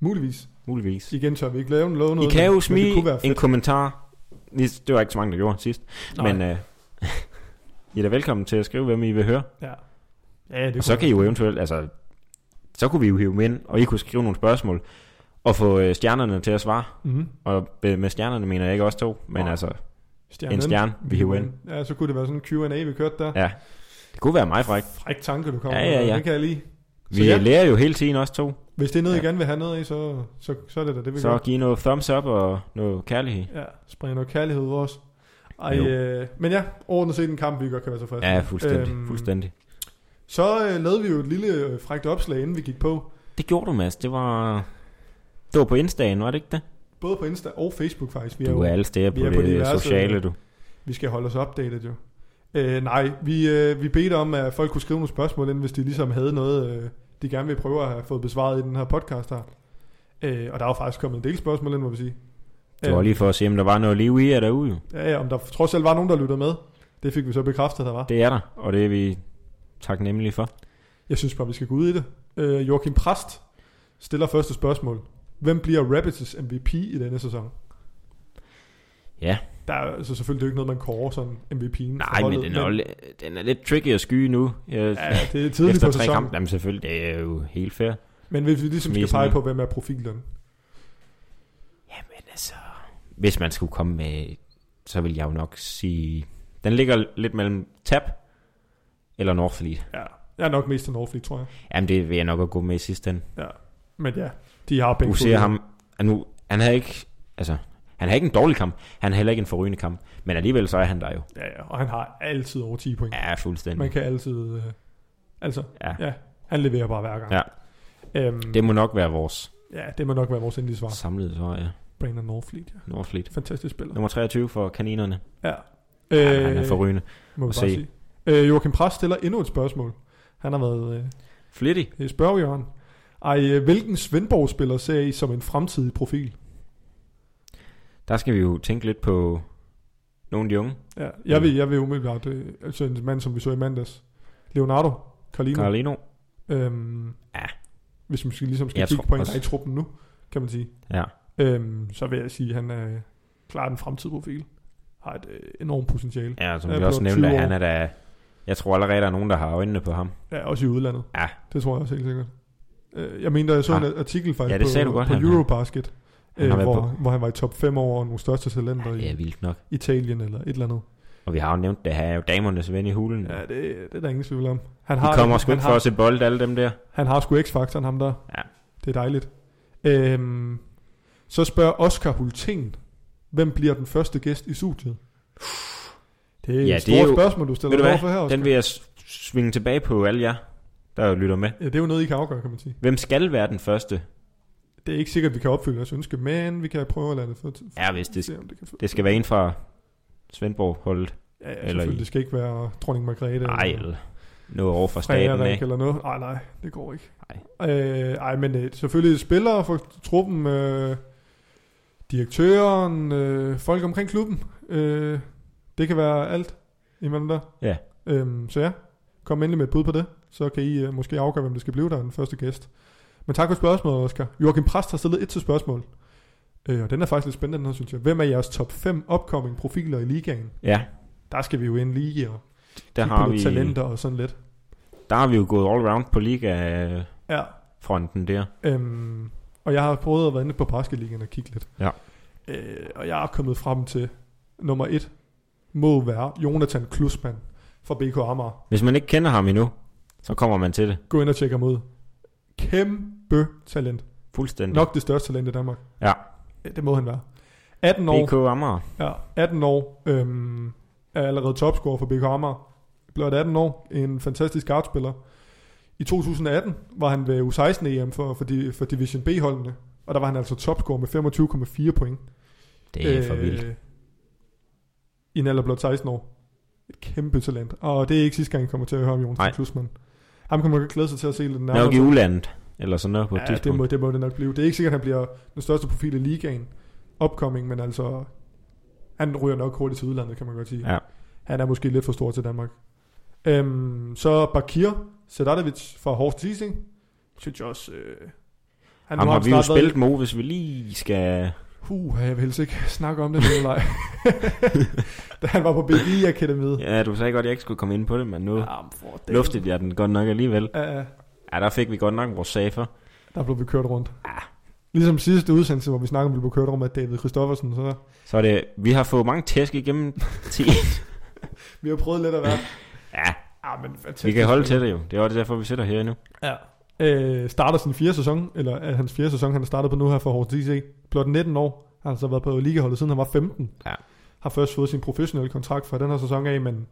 Muligvis.
Muligvis.
Igen tør vi ikke lave love
I
noget.
kan
men-
jo
men Det
smide
kunne være
en
fedt.
kommentar. Nis- Det var ikke så mange, der gjorde sidst.
Nej.
Men øh, I er da velkommen til at skrive, hvem I vil høre.
Ja. Ja, det
Og så kan I jo eventuelt, altså, så kunne vi jo hive dem ind, og I kunne skrive nogle spørgsmål, og få øh, stjernerne til at svare.
Mm-hmm.
Og øh, med stjernerne mener jeg ikke også to, men
Nej.
altså,
Stjernen.
en stjerne, vi hiver ind.
Ja, så kunne det være sådan en Q&A, vi kørte der.
Ja, Det kunne være meget frækt.
Fræk tanke, du kommer
Ja, ja,
med.
ja.
Det kan jeg lige. Så
Vi
ja.
ja. lærer jo hele tiden også to.
Hvis det er noget, I
Ja.
gerne vil have noget af, så, så, så er det da det, vi gør.
Så give noget thumbs up og noget kærlighed.
Ja, springe noget kærlighed ud også. Ej,
Jo.
øh, men ja, overordnet set en kamp, vi godt kan være tilfredse
Ja,
med.
fuldstændig.
Øhm,
fuldstændig.
Så øh, lavede vi jo et lille øh, frækt opslag, inden vi gik på.
Det gjorde du, Mads. Det var... Det var på Insta'en, var det ikke det?
Både på Insta og Facebook faktisk. Vi, er
Du
jo,
er alle steder
vi
på,
er
det
på diverse-
sociale, du.
vi skal holde os opdateret jo. Øh, nej, vi, øh, vi bedte om, at folk kunne skrive nogle spørgsmål ind, hvis de ligesom havde noget, øh, de gerne vil prøve at have fået besvaret i den her podcast her. Øh, og der er jo faktisk kommet en del spørgsmål ind, må vi sige.
Det var
Øh,
lige for at se, om der var noget liv i jer derude. jo.
Ja, ja, om der trods alt var nogen, der lyttede med. Det fik vi så bekræftet, der var.
Det er der, og det er vi taknemmelige for.
Jeg synes bare, vi skal gå ud i det. Øh, Joachim Præst stiller første spørgsmål. Hvem bliver Rabbits' MVP i denne sæson?
Ja.
Der er altså selvfølgelig ikke noget, man kårer sådan MVP'en. for
Nej, men
holdet,
den er, jo li- den er lidt tricky at skyde nu. Jeg,
Ja, det er tidligt på
efter tre
sæsonen.
kampe, jamen selvfølgelig, det er jo helt fair.
Men hvis vi ligesom skal
Smissen,
pege
ikke?
på, hvem er profilen?
Jamen altså, hvis man skulle komme med, så vil jeg jo nok sige, den ligger lidt mellem Tab eller Northfleet.
Ja. Jeg er nok mest til Northfleet, tror jeg.
Jamen det vil jeg nok at gå med i sidste ende.
Men ja, de har begge
Du
to
ser
det.
ham, at nu, han havde ikke, altså, han havde ikke en dårlig kamp, han havde heller ikke en forrygende kamp, men alligevel så er han der jo.
Ja, ja, og han har altid over 10 point. Ja.
Ja, fuldstændig.
Man kan altid... Øh, altså,
Ja.
ja. han leverer bare hver gang.
Ja.
Øhm,
Det må nok være vores
ja, det må nok være vores endelige svar.
samlede svar, ja.
Brandon Northfleet, ja.
Northfleet.
Fantastisk spiller.
Nummer 23 for kaninerne.
Ja.
Øh, han er forrygende.
må vi
at
bare
se.
sige. Øh, Joachim Præst stiller endnu et spørgsmål. Han har været
Flittig.
øh, spørgjørn. Ej, øh, hvilken Svendborg-spiller ser I som en fremtidig profil?
Der skal vi jo tænke lidt på nogle af de unge.
Ja, jeg vil, jeg vil umiddelbart, øh, altså en mand, som vi så i mandags. Leonardo Carlino. Carl.
Carlino.
Øhm,
Ja.
Hvis man skal, ligesom skal
Jeg
jeg kigge
tror
på en der
også-
er i truppen nu, kan man sige.
Ja.
Øhm, så vil jeg sige, at han er klart en fremtidig profil. Har et øh, enormt potentiale.
Ja, som
Ja,
vi
på 20
også nævnte,
år.
at han er da... Jeg tror allerede, der er nogen, der har øjnene på ham.
Ja, også i udlandet.
Ja.
Det tror jeg også helt sikkert. Øh, Jeg mener, jeg så
Ja.
en artikel faktisk
Ja, det sagde
på,
du godt,
på
han-
Eurobasket,
han
øh,
har været
hvor,
på.
hvor han var i top 5 over nogle største talenter
Ja, det
i
er vildt nok.
Italien eller et eller andet.
Og vi har jo nævnt, det her er jo damernes ven i hulen. Ja,
Ja, det, det er der ingen tvivl om. Han
Mm. de kommer
han,
sgu ikke
har,
for at se bold, alle dem der.
han har sgu X-faktoren, ham der.
Ja.
Det er dejligt. Øhm, så spørger Oscar Hulten, hvem bliver den første gæst i studiet? Det er
Ja,
ja,
det
et stort
er jo-
spørgsmål, du
Ved
stiller
du
dig
hvad?
overfor her, Oscar.
Den vil jeg s- svinge tilbage på alle jer, der jo lytter med.
Ja, det er jo noget, I kan afgøre, kan man sige.
Hvem skal være den første?
Det er ikke sikkert, at vi kan opfylde jeres ønske, men vi kan prøve at lade det for,
Ja, hvis det,
se, om det kan
det skal være en fra Svendborg-holdet.
Ja, ja
Eller
selvfølgelig.
i-
Det skal ikke være dronning Margrethe.
Nej, eller noget over fra staten
Staten
af.
eller noget. Nej, nej, det går ikke.
Nej.
Øh, ej, men øh, selvfølgelig spillere for truppen, øh, direktøren, øh, folk omkring klubben. Øh, det kan være alt imellem der.
Ja.
Øhm, så ja, kom endelig med et bud på det. Så kan I øh, måske afgøre, hvem det skal blive, der er den første gæst. Men tak for spørgsmålet, Oscar. Joachim Præst har stillet et til spørgsmål. Øh, og den er faktisk lidt spændende, den her, synes jeg. Hvem er jeres top 5 upcoming profiler i ligaen?
Ja,
Der skal vi jo ind lige og
der
kigge
har,
på
vi,
lidt talenter og sådan lidt.
der har vi jo gået all round på liga-fronten
Ja.
der.
Øhm, og jeg har prøvet at være inde på Basketligaen og kigge lidt.
Ja.
Øh, og jeg er kommet frem til, nummer et må være Jonathan Klusman fra BK Amager.
Hvis man ikke kender ham endnu, så kommer man til det.
Gå ind og tjek ham ud. Kæmpe talent.
Fuldstændig.
Nok det største talent i Danmark.
Ja.
Øh, Det må han være. 18 år.
BK Amager.
Ja, 18 år. Øhm, er allerede topscorer for BK Amager. Blot 18 år. En fantastisk guardspiller. I 2018 var han ved U16-EM for, for, di, for Division B-holdene. Og der var han altså topscorer med 25,4 point.
Det er øh, for vildt.
I en alder blot 16 år. Et kæmpe talent. Og det er ikke sidste gang, I kommer til at høre om Jonas
Nej.
Klusmann. Ham kan man godt glæde sig til at se lidt nærmere.
Nok i ulandet, eller sådan noget på et
Ja, det
tidspunkt.
må, det må det nok blive. Det er ikke sikkert, at han bliver den største profil i ligaen. Upcoming, men altså... Han ryger nok hurtigt til udlandet, kan man godt sige.
Ja.
Han er måske lidt for stor til Danmark. Øhm, så Bakir Sedatovic fra Horst Leasing. Synes jeg også... Øh, han,
Ham
nu
har vi jo
snart været
spillet med, hvis vi lige skal...
i- Uh, jeg vil helst ikke snakke om det, men nej. da han var på BGI Akademiet.
Ja, du sagde godt, at jeg ikke skulle komme ind på det, men nu ja,
for det-
luftede jeg den godt nok alligevel.
Ja, ja.
Ja, der fik vi godt nok vores safer.
der blev vi kørt rundt.
Ja.
Ligesom sidste udsendelse, hvor vi snakkede om, at vi blev kørt rundt med David Christoffersen. Så
Så er det, vi har fået mange tæsk igennem 10.
vi har prøvet lidt at være
ja,
Ah, men fantastisk.
Vi kan holde til det jo. Det er også derfor, vi sidder her nu.
Ja. Øh, starter sin fjerde sæson, eller er hans fjerde sæson, han har startet på nu her for Horsens DC. Blot 19 år. Har han så været på ligaholdet, siden han var 15.
Ja.
Har først fået sin professionelle kontrakt fra den her sæson af, men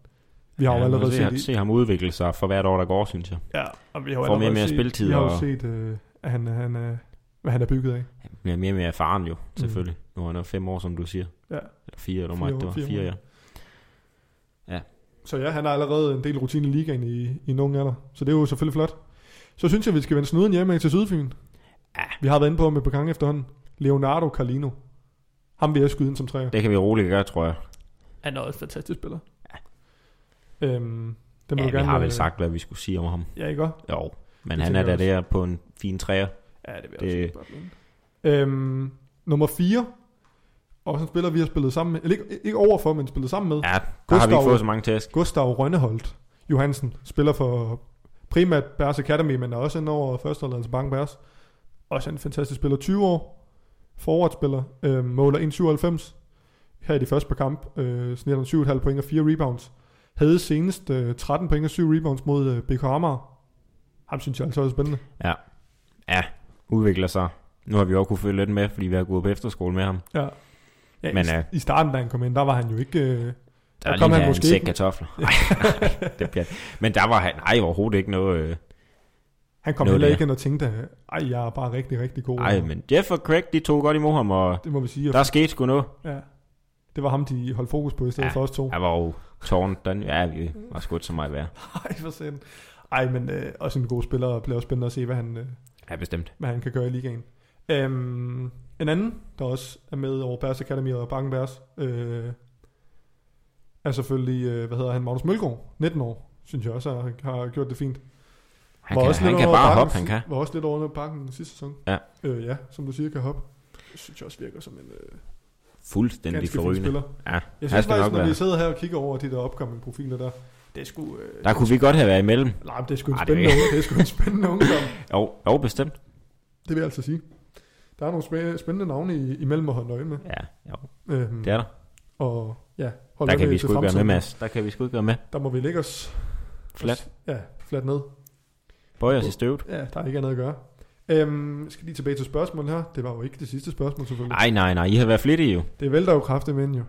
vi har jo
Ja,
allerede
man
set...
se,
i-
se ham udvikle sig for hvert år, der går, synes jeg.
Ja, og vi har jo
Får mere og
allerede
mere
set,
spilletid
Vi har jo
og-
set, øh, at han, han, øh, hvad han er bygget af.
Han bliver mere og mere erfaren jo, selvfølgelig. Mm. Nu er han jo fem år, som du siger.
Ja.
Eller fire, eller
Fire
meget,
år,
det var
fire
fire,
år.
ja.
Så ja, han har allerede en del rutine i ligaen i, i nogen alder. Så det er jo selvfølgelig flot. Så synes jeg, vi skal vende snuden hjemme til Sydfyn.
Ja.
Vi har været inde på ham et par gange efterhånden. Leonardo Carlino. Ham vil jeg skyde ind som træer.
Det kan vi roligt gøre, tror jeg.
Han er også en fantastisk spiller. Ja. Øhm, det må
Ja,
du gerne,
vi har
øh,
vel sagt, hvad vi skulle sige om ham.
Ja, ikke også?
Jo, men
Det
han
tænker
er da
jeg også.
der på en fin træer.
Ja, det vil
jeg Det-
øhm, Nummer 4. Også en spiller, vi har spillet sammen med. Eller ikke, ikke overfor, men spillet sammen med. Ja.
Ja, der har vi
Gustav-
ikke fået så mange tæsk.
Gustav Rønneholdt Johansen. Spiller for primært Bærs Academy, men er også inde over førsteholdet, altså Bank Bærs. Også en fantastisk spiller. 20 år. Forwardspiller. Øhm, måler 1,97. Her i de første par kamp. Øh, snitter han 7,5 point og 4 rebounds. Havde senest øh, 13 point og 7 rebounds mod øh, BK Amager. Ham synes jeg altså også er spændende.
Udvikler sig. Nu har vi også kunne følge lidt med, fordi vi har gået på efterskole med ham.
Ja. ja
Men,
men, i,
øh,
i starten, da han kom ind, der var han jo ikke... Øh,
Der,
Der
der
kom
kom
han
han
måske
en sæk
ikke.
kartofler. Ej, nej, det bliver... Men der var han, nej, overhovedet ikke noget... Øh...
han kom
Nå,
heller
det er.
ikke ind og tænkte, øh, ej, jeg er bare rigtig, rigtig god.
Ej, men Jeff og Craig, de tog godt imod ham, og
Det må vi sige.
der skete sgu noget.
Ja. Det var ham, de holdt fokus på i stedet ja.
Ja.
for os to.
Jeg var jo tårnet, den, ja, vi var sgu ikke så meget værd.
Ej, for sind. Ej, men øh, også en god spiller, og bliver også spændende at se, hvad han, øh,
Ja, bestemt.
hvad han kan gøre i ligaen. Øhm, en anden, der også er med over Bærs Academy og Banken Bærs, øh, er selvfølgelig, øh, hvad hedder han, Magnus Mølgaard, 19 år, synes jeg også har, har gjort det fint.
Han
Var
kan,
også
han
lidt
kan
over
bare
bakken
hoppe, han
si-
kan.
Var også lidt over bakken den sidste sæson.
Ja.
Øh, ja, som du siger, kan hoppe. Jeg synes jeg også virker som en øh,
Fuldstændig
ganske fin
forrygende.
spiller.
Ja,
Jeg
han
synes
skal
faktisk,
nok
når vi
være.
sidder her og kigger over de der opkommende profiler der, det er sgu... Øh,
Der kunne vi godt have været imellem.
nej, det er sgu en
Ej, det er
spændende,
ikke-
unge, det er sgu en spændende ungdom.
Jo, jo bestemt.
Det vil jeg altså sige. Der er nogle spæ- spændende navne i, imellem at holde øje med.
Ja, jo,
Øhm,
det er der.
Og ja,
Der
øje
kan
med
vi
til
sgu ikke være Mm. med,
fremtiden.
Mads. Der kan vi sgu ikke være med.
Der må vi lægge os...
Flat.
os- Ja, flat ned.
Bøj os i støvet.
Ja, der er ikke andet at gøre. Øhm, jeg skal lige tilbage til spørgsmålet her. Det var jo ikke det sidste spørgsmål, selvfølgelig.
Nej, nej, nej. I har været flittige jo.
Det vælter jo kraftigt med jo.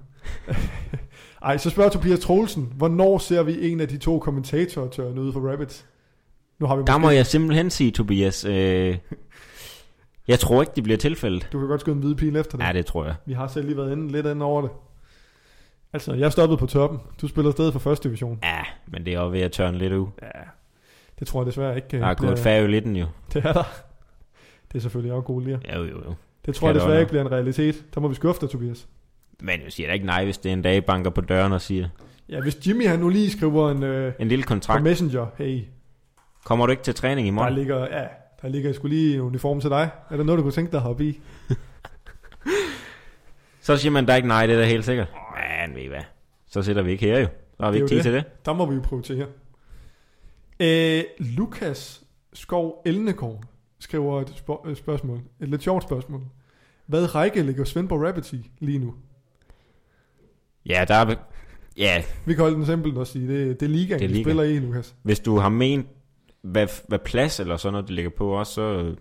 Ej, så spørger Tobias Troelsen, hvornår ser vi en af de to kommentatorer tørne ud for Rabbits? Nu har vi
Der
måske,
må jeg simpelthen sige, Tobias. Øh, jeg tror ikke, det bliver tilfældet.
Du kan godt skyde en hvide pil efter det.
Ja, det tror jeg.
Vi har selv lige været inde, lidt inde over det. Altså, jeg stoppede på toppen. Du spiller stadig for første division.
Ja, men det er også ved at tørne lidt ud.
Ja. Det tror jeg desværre ikke. øh,
Der er gået
bliver-
færre i litten jo.
Det er der. Det er selvfølgelig også gode lige.
Ja, jo, jo, jo.
Det tror jeg
det
desværre
også.
ikke bliver en realitet. Der må vi skuffe dig, Tobias.
Men jeg siger da ikke nej, hvis det en dag banker på døren og siger,
Ja, hvis Jimmy han nu lige skriver en øh,
en lille
på
kontrakt.
Messenger, hey,
Kommer du ikke til træning i
der
morgen?
ligger, ja, der ligger sgu lige en uniform til dig. Er der noget, du kunne tænke dig at hoppe i?
Så siger man da ikke nej, det er da helt sikkert. Men ved I hvad? Så sidder vi ikke her jo. Så har vi
Det er
ikke
jo
tid til det.
Der må vi jo prioritere. Øh, Lukas Skov Elnekov skriver et spor- øh, spørgsmål. Et lidt sjovt spørgsmål. Hvad række ligger Svendborg Rabbits i lige nu?
Ja, der er... Ja,
Vi kan holde den simpelt og sige, det, det er ligaen, det er liga.
Det er ligaen.
spiller i, Lukas.
hvis du har ment, hvad, hvad plads eller sådan noget, det ligger på også, så øh,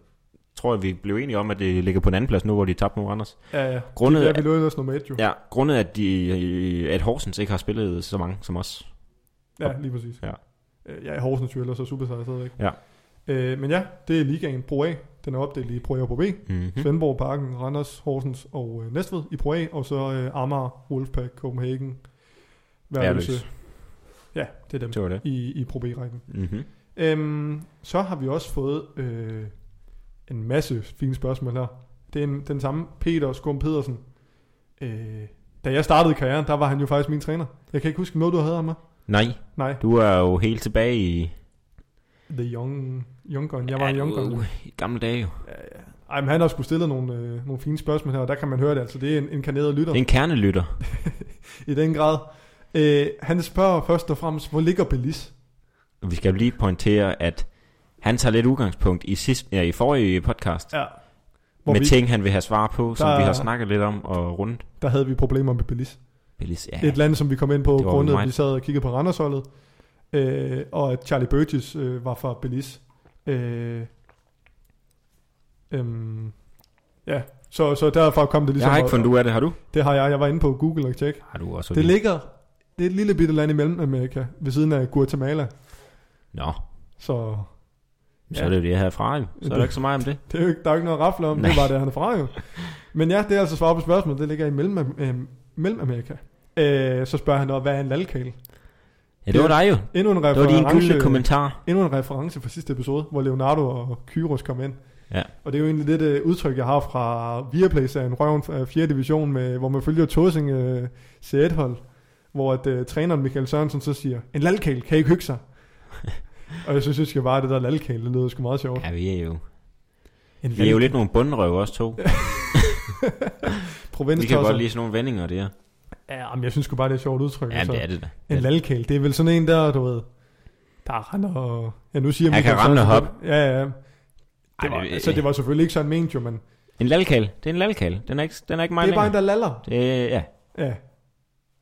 tror jeg, vi blev enige om, at det ligger på en anden plads nu, hvor de tabte mod Anders.
Ja, ja.
Grundet,
Ja,
ja,
vi lå ellers nummer et jo. Ja,
ja, grundet at, de, at Horsens ikke har spillet så mange som os.
ja lige præcis.
Ja.
Øh, ja, Horsens jo ellers, og Super Sejr stadigvæk.
Ja.
Øh, men ja, det er ligaen Pro A. Den er opdelt i Pro A og Pro B.
Mm-hmm.
Svendborg, Parken, Randers, Horsens og øh, Næstved i Pro A, og så øh, Amager, Wolfpack, Copenhagen, Værløse.
Værløse.
Ja, det er dem
Det var det.
i, i Pro B-rækken.
Mm-hmm.
Øhm, så har vi også fået øh, en masse fine spørgsmål her. Det er en, den samme Peter Skum Pedersen. Øh, da jeg startede karrieren, der var han jo faktisk min træner. Jeg kan ikke huske noget, du havde ham med.
Nej,
Nej,
du er jo helt tilbage i...
The Young, young Gun. Jeg var en
Ja, øh.
Young
du-
Gun.
I gamle dage jo.
Ja, ja. Ej, men han har sgu stillet nogle, øh, nogle fine spørgsmål her, og der kan man høre det. Altså, det er en inkarneret lytter.
Det er en kernelytter.
i den grad. Øh, han spørger først og fremmest, hvor ligger Belis?
Vi skal jo lige pointere, at han tager lidt udgangspunkt i, sidst, ja, i forrige podcast,
Ja. Hvor
Hvor med
vi,
vi, ting, han vil have svar på, som
Der-
vi har snakket lidt om og rundt.
der havde vi problemer med Belis.
Belis, ja.
Ja. Et land, som vi kom ind på,
Det var
grundet
jo
at
mig.
vi sad og kiggede på Randersholdet. øh, og at Charlie Burgess øh, var fra Belize. Øh, øhm, ja, så, så derfra kom det ligesom.
Jeg har ikke
og-
fundet ud af det, har du?
Det har jeg, jeg var inde på Google og tjekke.
Har du også?
Det
lige-
ligger, det er et lille bitte land i Mellemamerika, ved siden af Guatemala.
Nå,
Så
så
Ja.
er det jo det herfra, jo. Så er
Det-
der ikke så meget om det.
det er jo ikke, der er jo ikke noget at rafle om, Nej.
Nej.
det var det, han er fra jo. Men ja, det er altså svar på spørgsmålet, det ligger i Mellem, øh, Mellemamerika. Øh, så spørger han også, hvad er en lalkale?
Ja, det var dig jo.
Endnu en
Det var din gyldne
reference,
kommentar.
endnu en reference fra sidste episode, hvor Leonardo og Kyros kom ind.
Ja.
Og det er jo egentlig lidt øh, udtryk, jeg har fra Viaplay-serien Røven fra 4. division, med, hvor man følger Torsing øh, C1-hold, hvor at, øh, træneren Michael Sørensen så siger, en lalkale kan ikke hygge sig. og jeg synes, synes jeg bare, at det der lalkale, det lyder sgu meget sjovt.
Ja, vi er jo,
En
vi er jo
lalkale.
lidt nogle bundrøve også to. Vi kan
Provinstosser.
godt lide sådan nogle vendinger der.
Ja, men jeg synes sgu bare, det er et sjovt udtryk.
Ja,
altså.
det er det da.
En lalkæl, det er vel sådan en der, du ved, der render og... Ja, nu siger
Han
Michael
kan rende
Sørensen
og
det. Ja, ja. Det var,
det-
altså, det var selvfølgelig ikke sådan ment jo, men det
En lalkal. Det er en lalkal. Den er ikke, den er ikke mig
er bare en,
længere.
der laller.
Det er, ja,
Ja,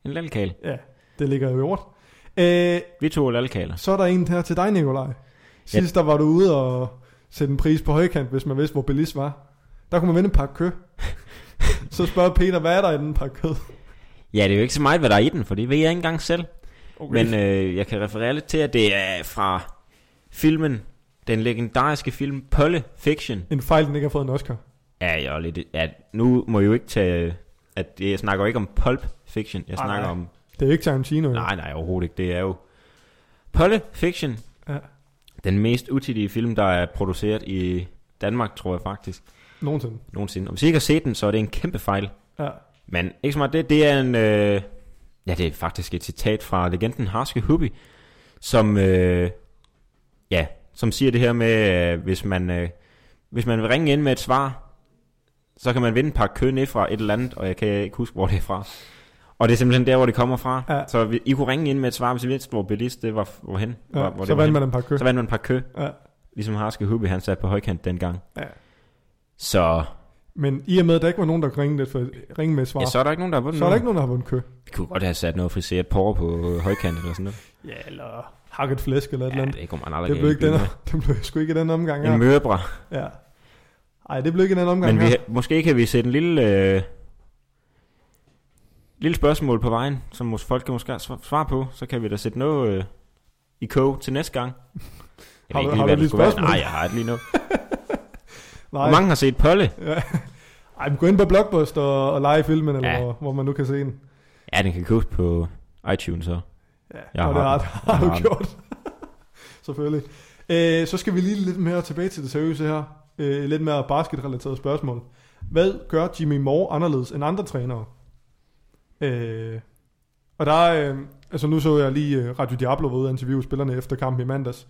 en lalkal.
ja, det ligger jo i ord. Øh,
Vi to er lalkaler.
så er der en her til dig, Nikolaj. Sidst der var du ude og sætte en pris på højkant, hvis man vidste, hvor Belize var. Der kunne man vinde en pakke kø. så spørger Peter, hvad er der i den pakke kød?
Ja, det er jo ikke så meget, hvad der er i den, for det ved jeg ikke engang selv. Men øh, jeg kan referere lidt til, at det er fra filmen, den legendariske film Polle Fiction.
En fejl, den ikke har fået en Oscar.
Ja, jeg er lidt, ja, nu må jeg jo ikke tage, at jeg snakker jo ikke om Pulp Fiction, jeg
Nej,
snakker
nej.
om,
Det er ikke Tarantino. jo.
nej nej, overhovedet ikke, det er jo Polle Fiction,
Ja.
den mest utidige film, der er produceret i Danmark, tror jeg faktisk,
Nogensinde.
nogensinde. Og hvis I ikke har set den, så er det en kæmpe fejl.
Ja.
Men ikke så meget det, det er en... Øh, ja, det er faktisk et citat fra legenden Harske Hubby, som... Øh, ja, som siger det her med, øh, hvis man... Øh, hvis man vil ringe ind med et svar, så kan man vinde en pakke kød ned fra et eller andet, og jeg kan ikke huske, hvor det er fra. Og det er simpelthen der, hvor det kommer fra.
Ja.
Så vi, I kunne ringe ind med et svar, hvis I vidste, hvor bilist det var, hvorhen.
Ja,
hvor, hvor
så
det var
vandt
hen.
man en pakke kø.
så vandt man en pakke kød,
Ja.
ligesom Harske Hubby, han satte på højkant dengang.
Ja.
Så,
Men i og med, at der ikke var nogen, der kunne ringe, lidt for, ringe med et svar,
ja,
ja, så,
så er der ikke nogen, der har vundet
så er der
noget.
ikke nogen, der har vundet kø.
Vi kunne godt have sat noget friseret porre på øh, højkant eller sådan noget.
Ja, eller hakket flæsk eller et eller
Ja,
andet.
det kunne man aldrig
Det blev, ikke den,
her.
det blev sgu ikke i den omgang
En
her.
møbra.
Ja. Ej, det blev ikke i den omgang
Men vi,
her.
måske kan vi sætte en lille, øh, lille spørgsmål på vejen, som mås- folk kan måske sv- svare på. Så kan vi da sætte noget øh, i kog til næste gang. Jeg ved
Har du-
ikke
har du
hvad det
lige
skulle være.
spørgsmål?
Nej, jeg har ikke lige nu.
Nej.
Hvor mange har set Polle?
Ja. Ej, men gå ind på Blockbuster og, og lege filmen, eller
Ja.
hvor, hvor, man nu kan se den.
Ja, den kan købes på iTunes så.
Ja,
Jeg
og det har,
har den.
det har
Jeg
du
har den.
gjort. Selvfølgelig. Øh, så skal vi lige lidt mere tilbage til det seriøse her. Øh, lidt mere basketrelateret spørgsmål. Hvad gør Jimmy Moore anderledes end andre trænere? Øh, og der er, øh, altså nu så jeg lige øh, Radio Diablo ved at interviewe spillerne efter kampen i mandags.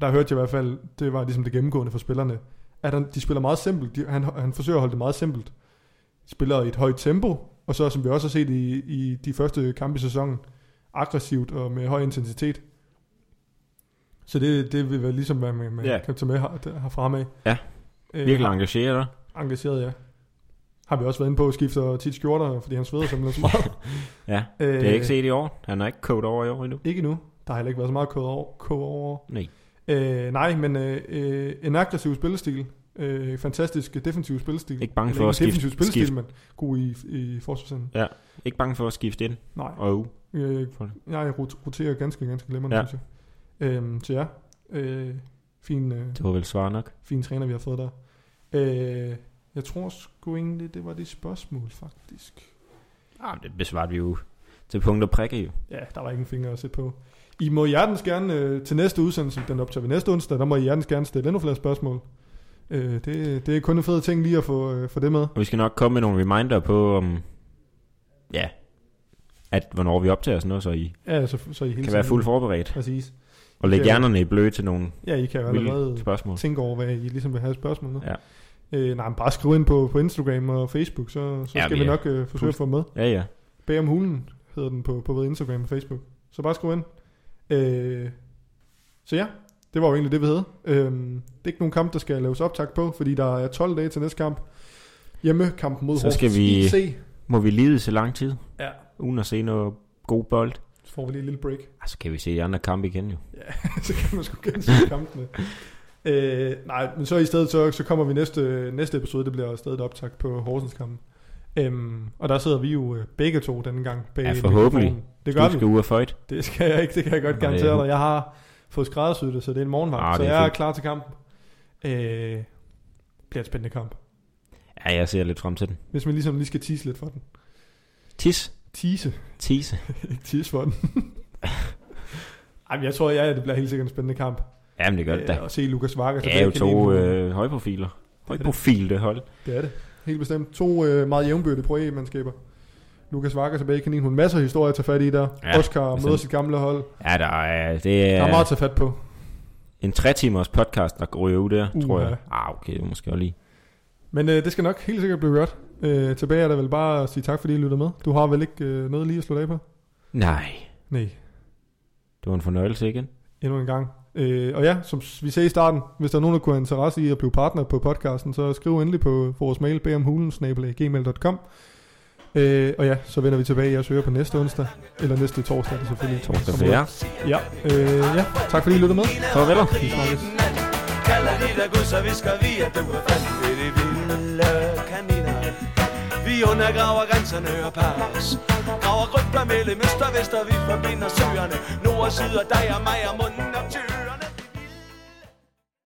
Der hørte jeg i hvert fald, det var ligesom det gennemgående for spillerne, at han, de spiller meget simpelt. De, han, han forsøger at holde det meget simpelt. De spiller i et højt tempo, og så som vi også har set i, i de første kampe i sæsonen, aggressivt og med høj intensitet. Så det, det vil være ligesom, hvad man, man
Ja.
kan tage med her, herfra med.
Ja.
Øh,
Virkelig engageret dig.
Engageret, ja. Har vi også været inde på, skifter tit skjorter, fordi han sveder simpelthen så meget.
Ja,
øh,
det har jeg ikke set i år. Han har ikke kogt over i år endnu.
Ikke nu. Der har heller ikke været så meget kog over. Kog over.
Nej.
Øh, nej, men øh, øh, en aggressiv spillestil. Øh, fantastisk defensiv spillestil.
Ikke bange
Eller
for at
ikke en defensiv
skifte,
spillestil,
skifte,
men god i, i forsvarsenden.
ikke bange for at skifte ind
Nej,
og uh, ud.
øh,
for det.
jeg rot- roterer ganske, ganske glemrende, ja.
Ja.
synes jeg. Øh, så ja, øh, fin, øh,
Det var vel svar nok.
fin træner, vi har fået der. Øh, jeg tror sgu egentlig, det var det spørgsmål, faktisk.
Ah, det besvarede vi jo til punkt og prikke jo.
Ja, der var ikke en finger at sætte på. I må hjertens gerne øh, til næste udsendelse, den optager vi næste onsdag, der må I hjertens gerne stille endnu flere spørgsmål. Øh, det, det er kun en fed ting lige at få, øh, få det med.
Og vi skal nok komme med nogle reminder på, om, ja, at hvornår vi optager og sådan noget, så I
Ja, så, så I hele
kan
tiden-
være fuldt forberedt.
Præcis.
Og lægge
Ja.
hjernerne i bløde til nogle
Ja, I kan jo allerede
vilde spørgsmål.
tænke over, hvad I ligesom vil have spørgsmål med.
Ja.
Øh, nej, men bare skriv ind på, på Instagram og Facebook, så, så
Ja,
skal
vi
vi
er
nok øh, forsøge at få dem med.
Ja, ja.
Bag om hulen hedder den på, på både Instagram og Facebook. Så bare skriv ind. Øh, så ja, det var jo egentlig det, vi havde. Øh, det er ikke nogen kamp, der skal laves optag på, fordi der er 12 dage til næste kamp. Hjemmekampen mod
Så skal
Horsens
vi-
IC.
Må vi lide så lang tid,
Ja.
uden at se noget god bold?
Så får vi lige et lille break.
Og så kan vi se de andre kampe igen jo.
så kan man sgu gense kampene. Øh, nej, men så i stedet, så, så kommer vi næste, næste episode, det bliver stadig et optag på Horsens kampen. Øhm, og der sidder vi jo øh, begge to denne gang bag
Ja, forhåbentlig.
mikrofonen. Det gør
Du
vi.
skal ud af føjt.
Det skal jeg ikke, det kan jeg godt
Nej.
garantere dig. Jeg har fået skræddersyet det, så det er en morgenvagt,
Ah,
så
det er
jeg er
fedt.
klar til kampen. Øh, bliver et spændende kamp.
Ja, jeg ser lidt frem til den.
Hvis man ligesom lige skal tease lidt for den.
Tis.
Tease,
Tise.
ikke tease for den. Ej, men jeg tror, ja, det bliver helt sikkert en spændende kamp.
Jamen det gør det da.
Øh, og se Lukas Vakker.
Det er jo to øh, højprofiler. Højprofil det hold.
Det er det. Helt bestemt. To øh, meget jævnbyrde pro-mandskaber. Lukas Vakker tilbage i kanin. Hun masser af historier at tage fat i der. Ja,
Ja,
Oscar
bestemt.
møder sit gamle hold. Ja.
Ja, der er, det
Der er meget
er
at tage fat på.
en tre timers podcast, der går ud der,
Uha.
tror jeg. Ah, okay, det er måske også lige.
Men øh, det skal nok helt sikkert blive godt. Øh, tilbage er der vel bare at sige tak, fordi I lytter med. Du har vel ikke øh, noget lige at slå af på?
Nej,
Nej,
det var en fornøjelse igen.
endnu en gang. Øh, og ja, som s- vi sagde i starten, hvis der er nogen, der kunne have interesse i at blive partner på podcasten, så skriv endelig på vores mail, bmhulen-gmail.com. Øh, og ja, så vender vi tilbage i jeres ører på næste onsdag, eller næste torsdag, det er selvfølgelig.
Torsdag
Som
til jer.
Ja, øh, ja. Tak fordi I lyttede med.
Farveler.
Vi snakkes.
Kalder de dig Gud, så visker vi, at du er vanvittig vilde kaniner. Vi undergraver grænserne og pas. Graver rygter mellem øst og vest, og vi forbinder søerne. Nord og syd og dig og mig og munden op til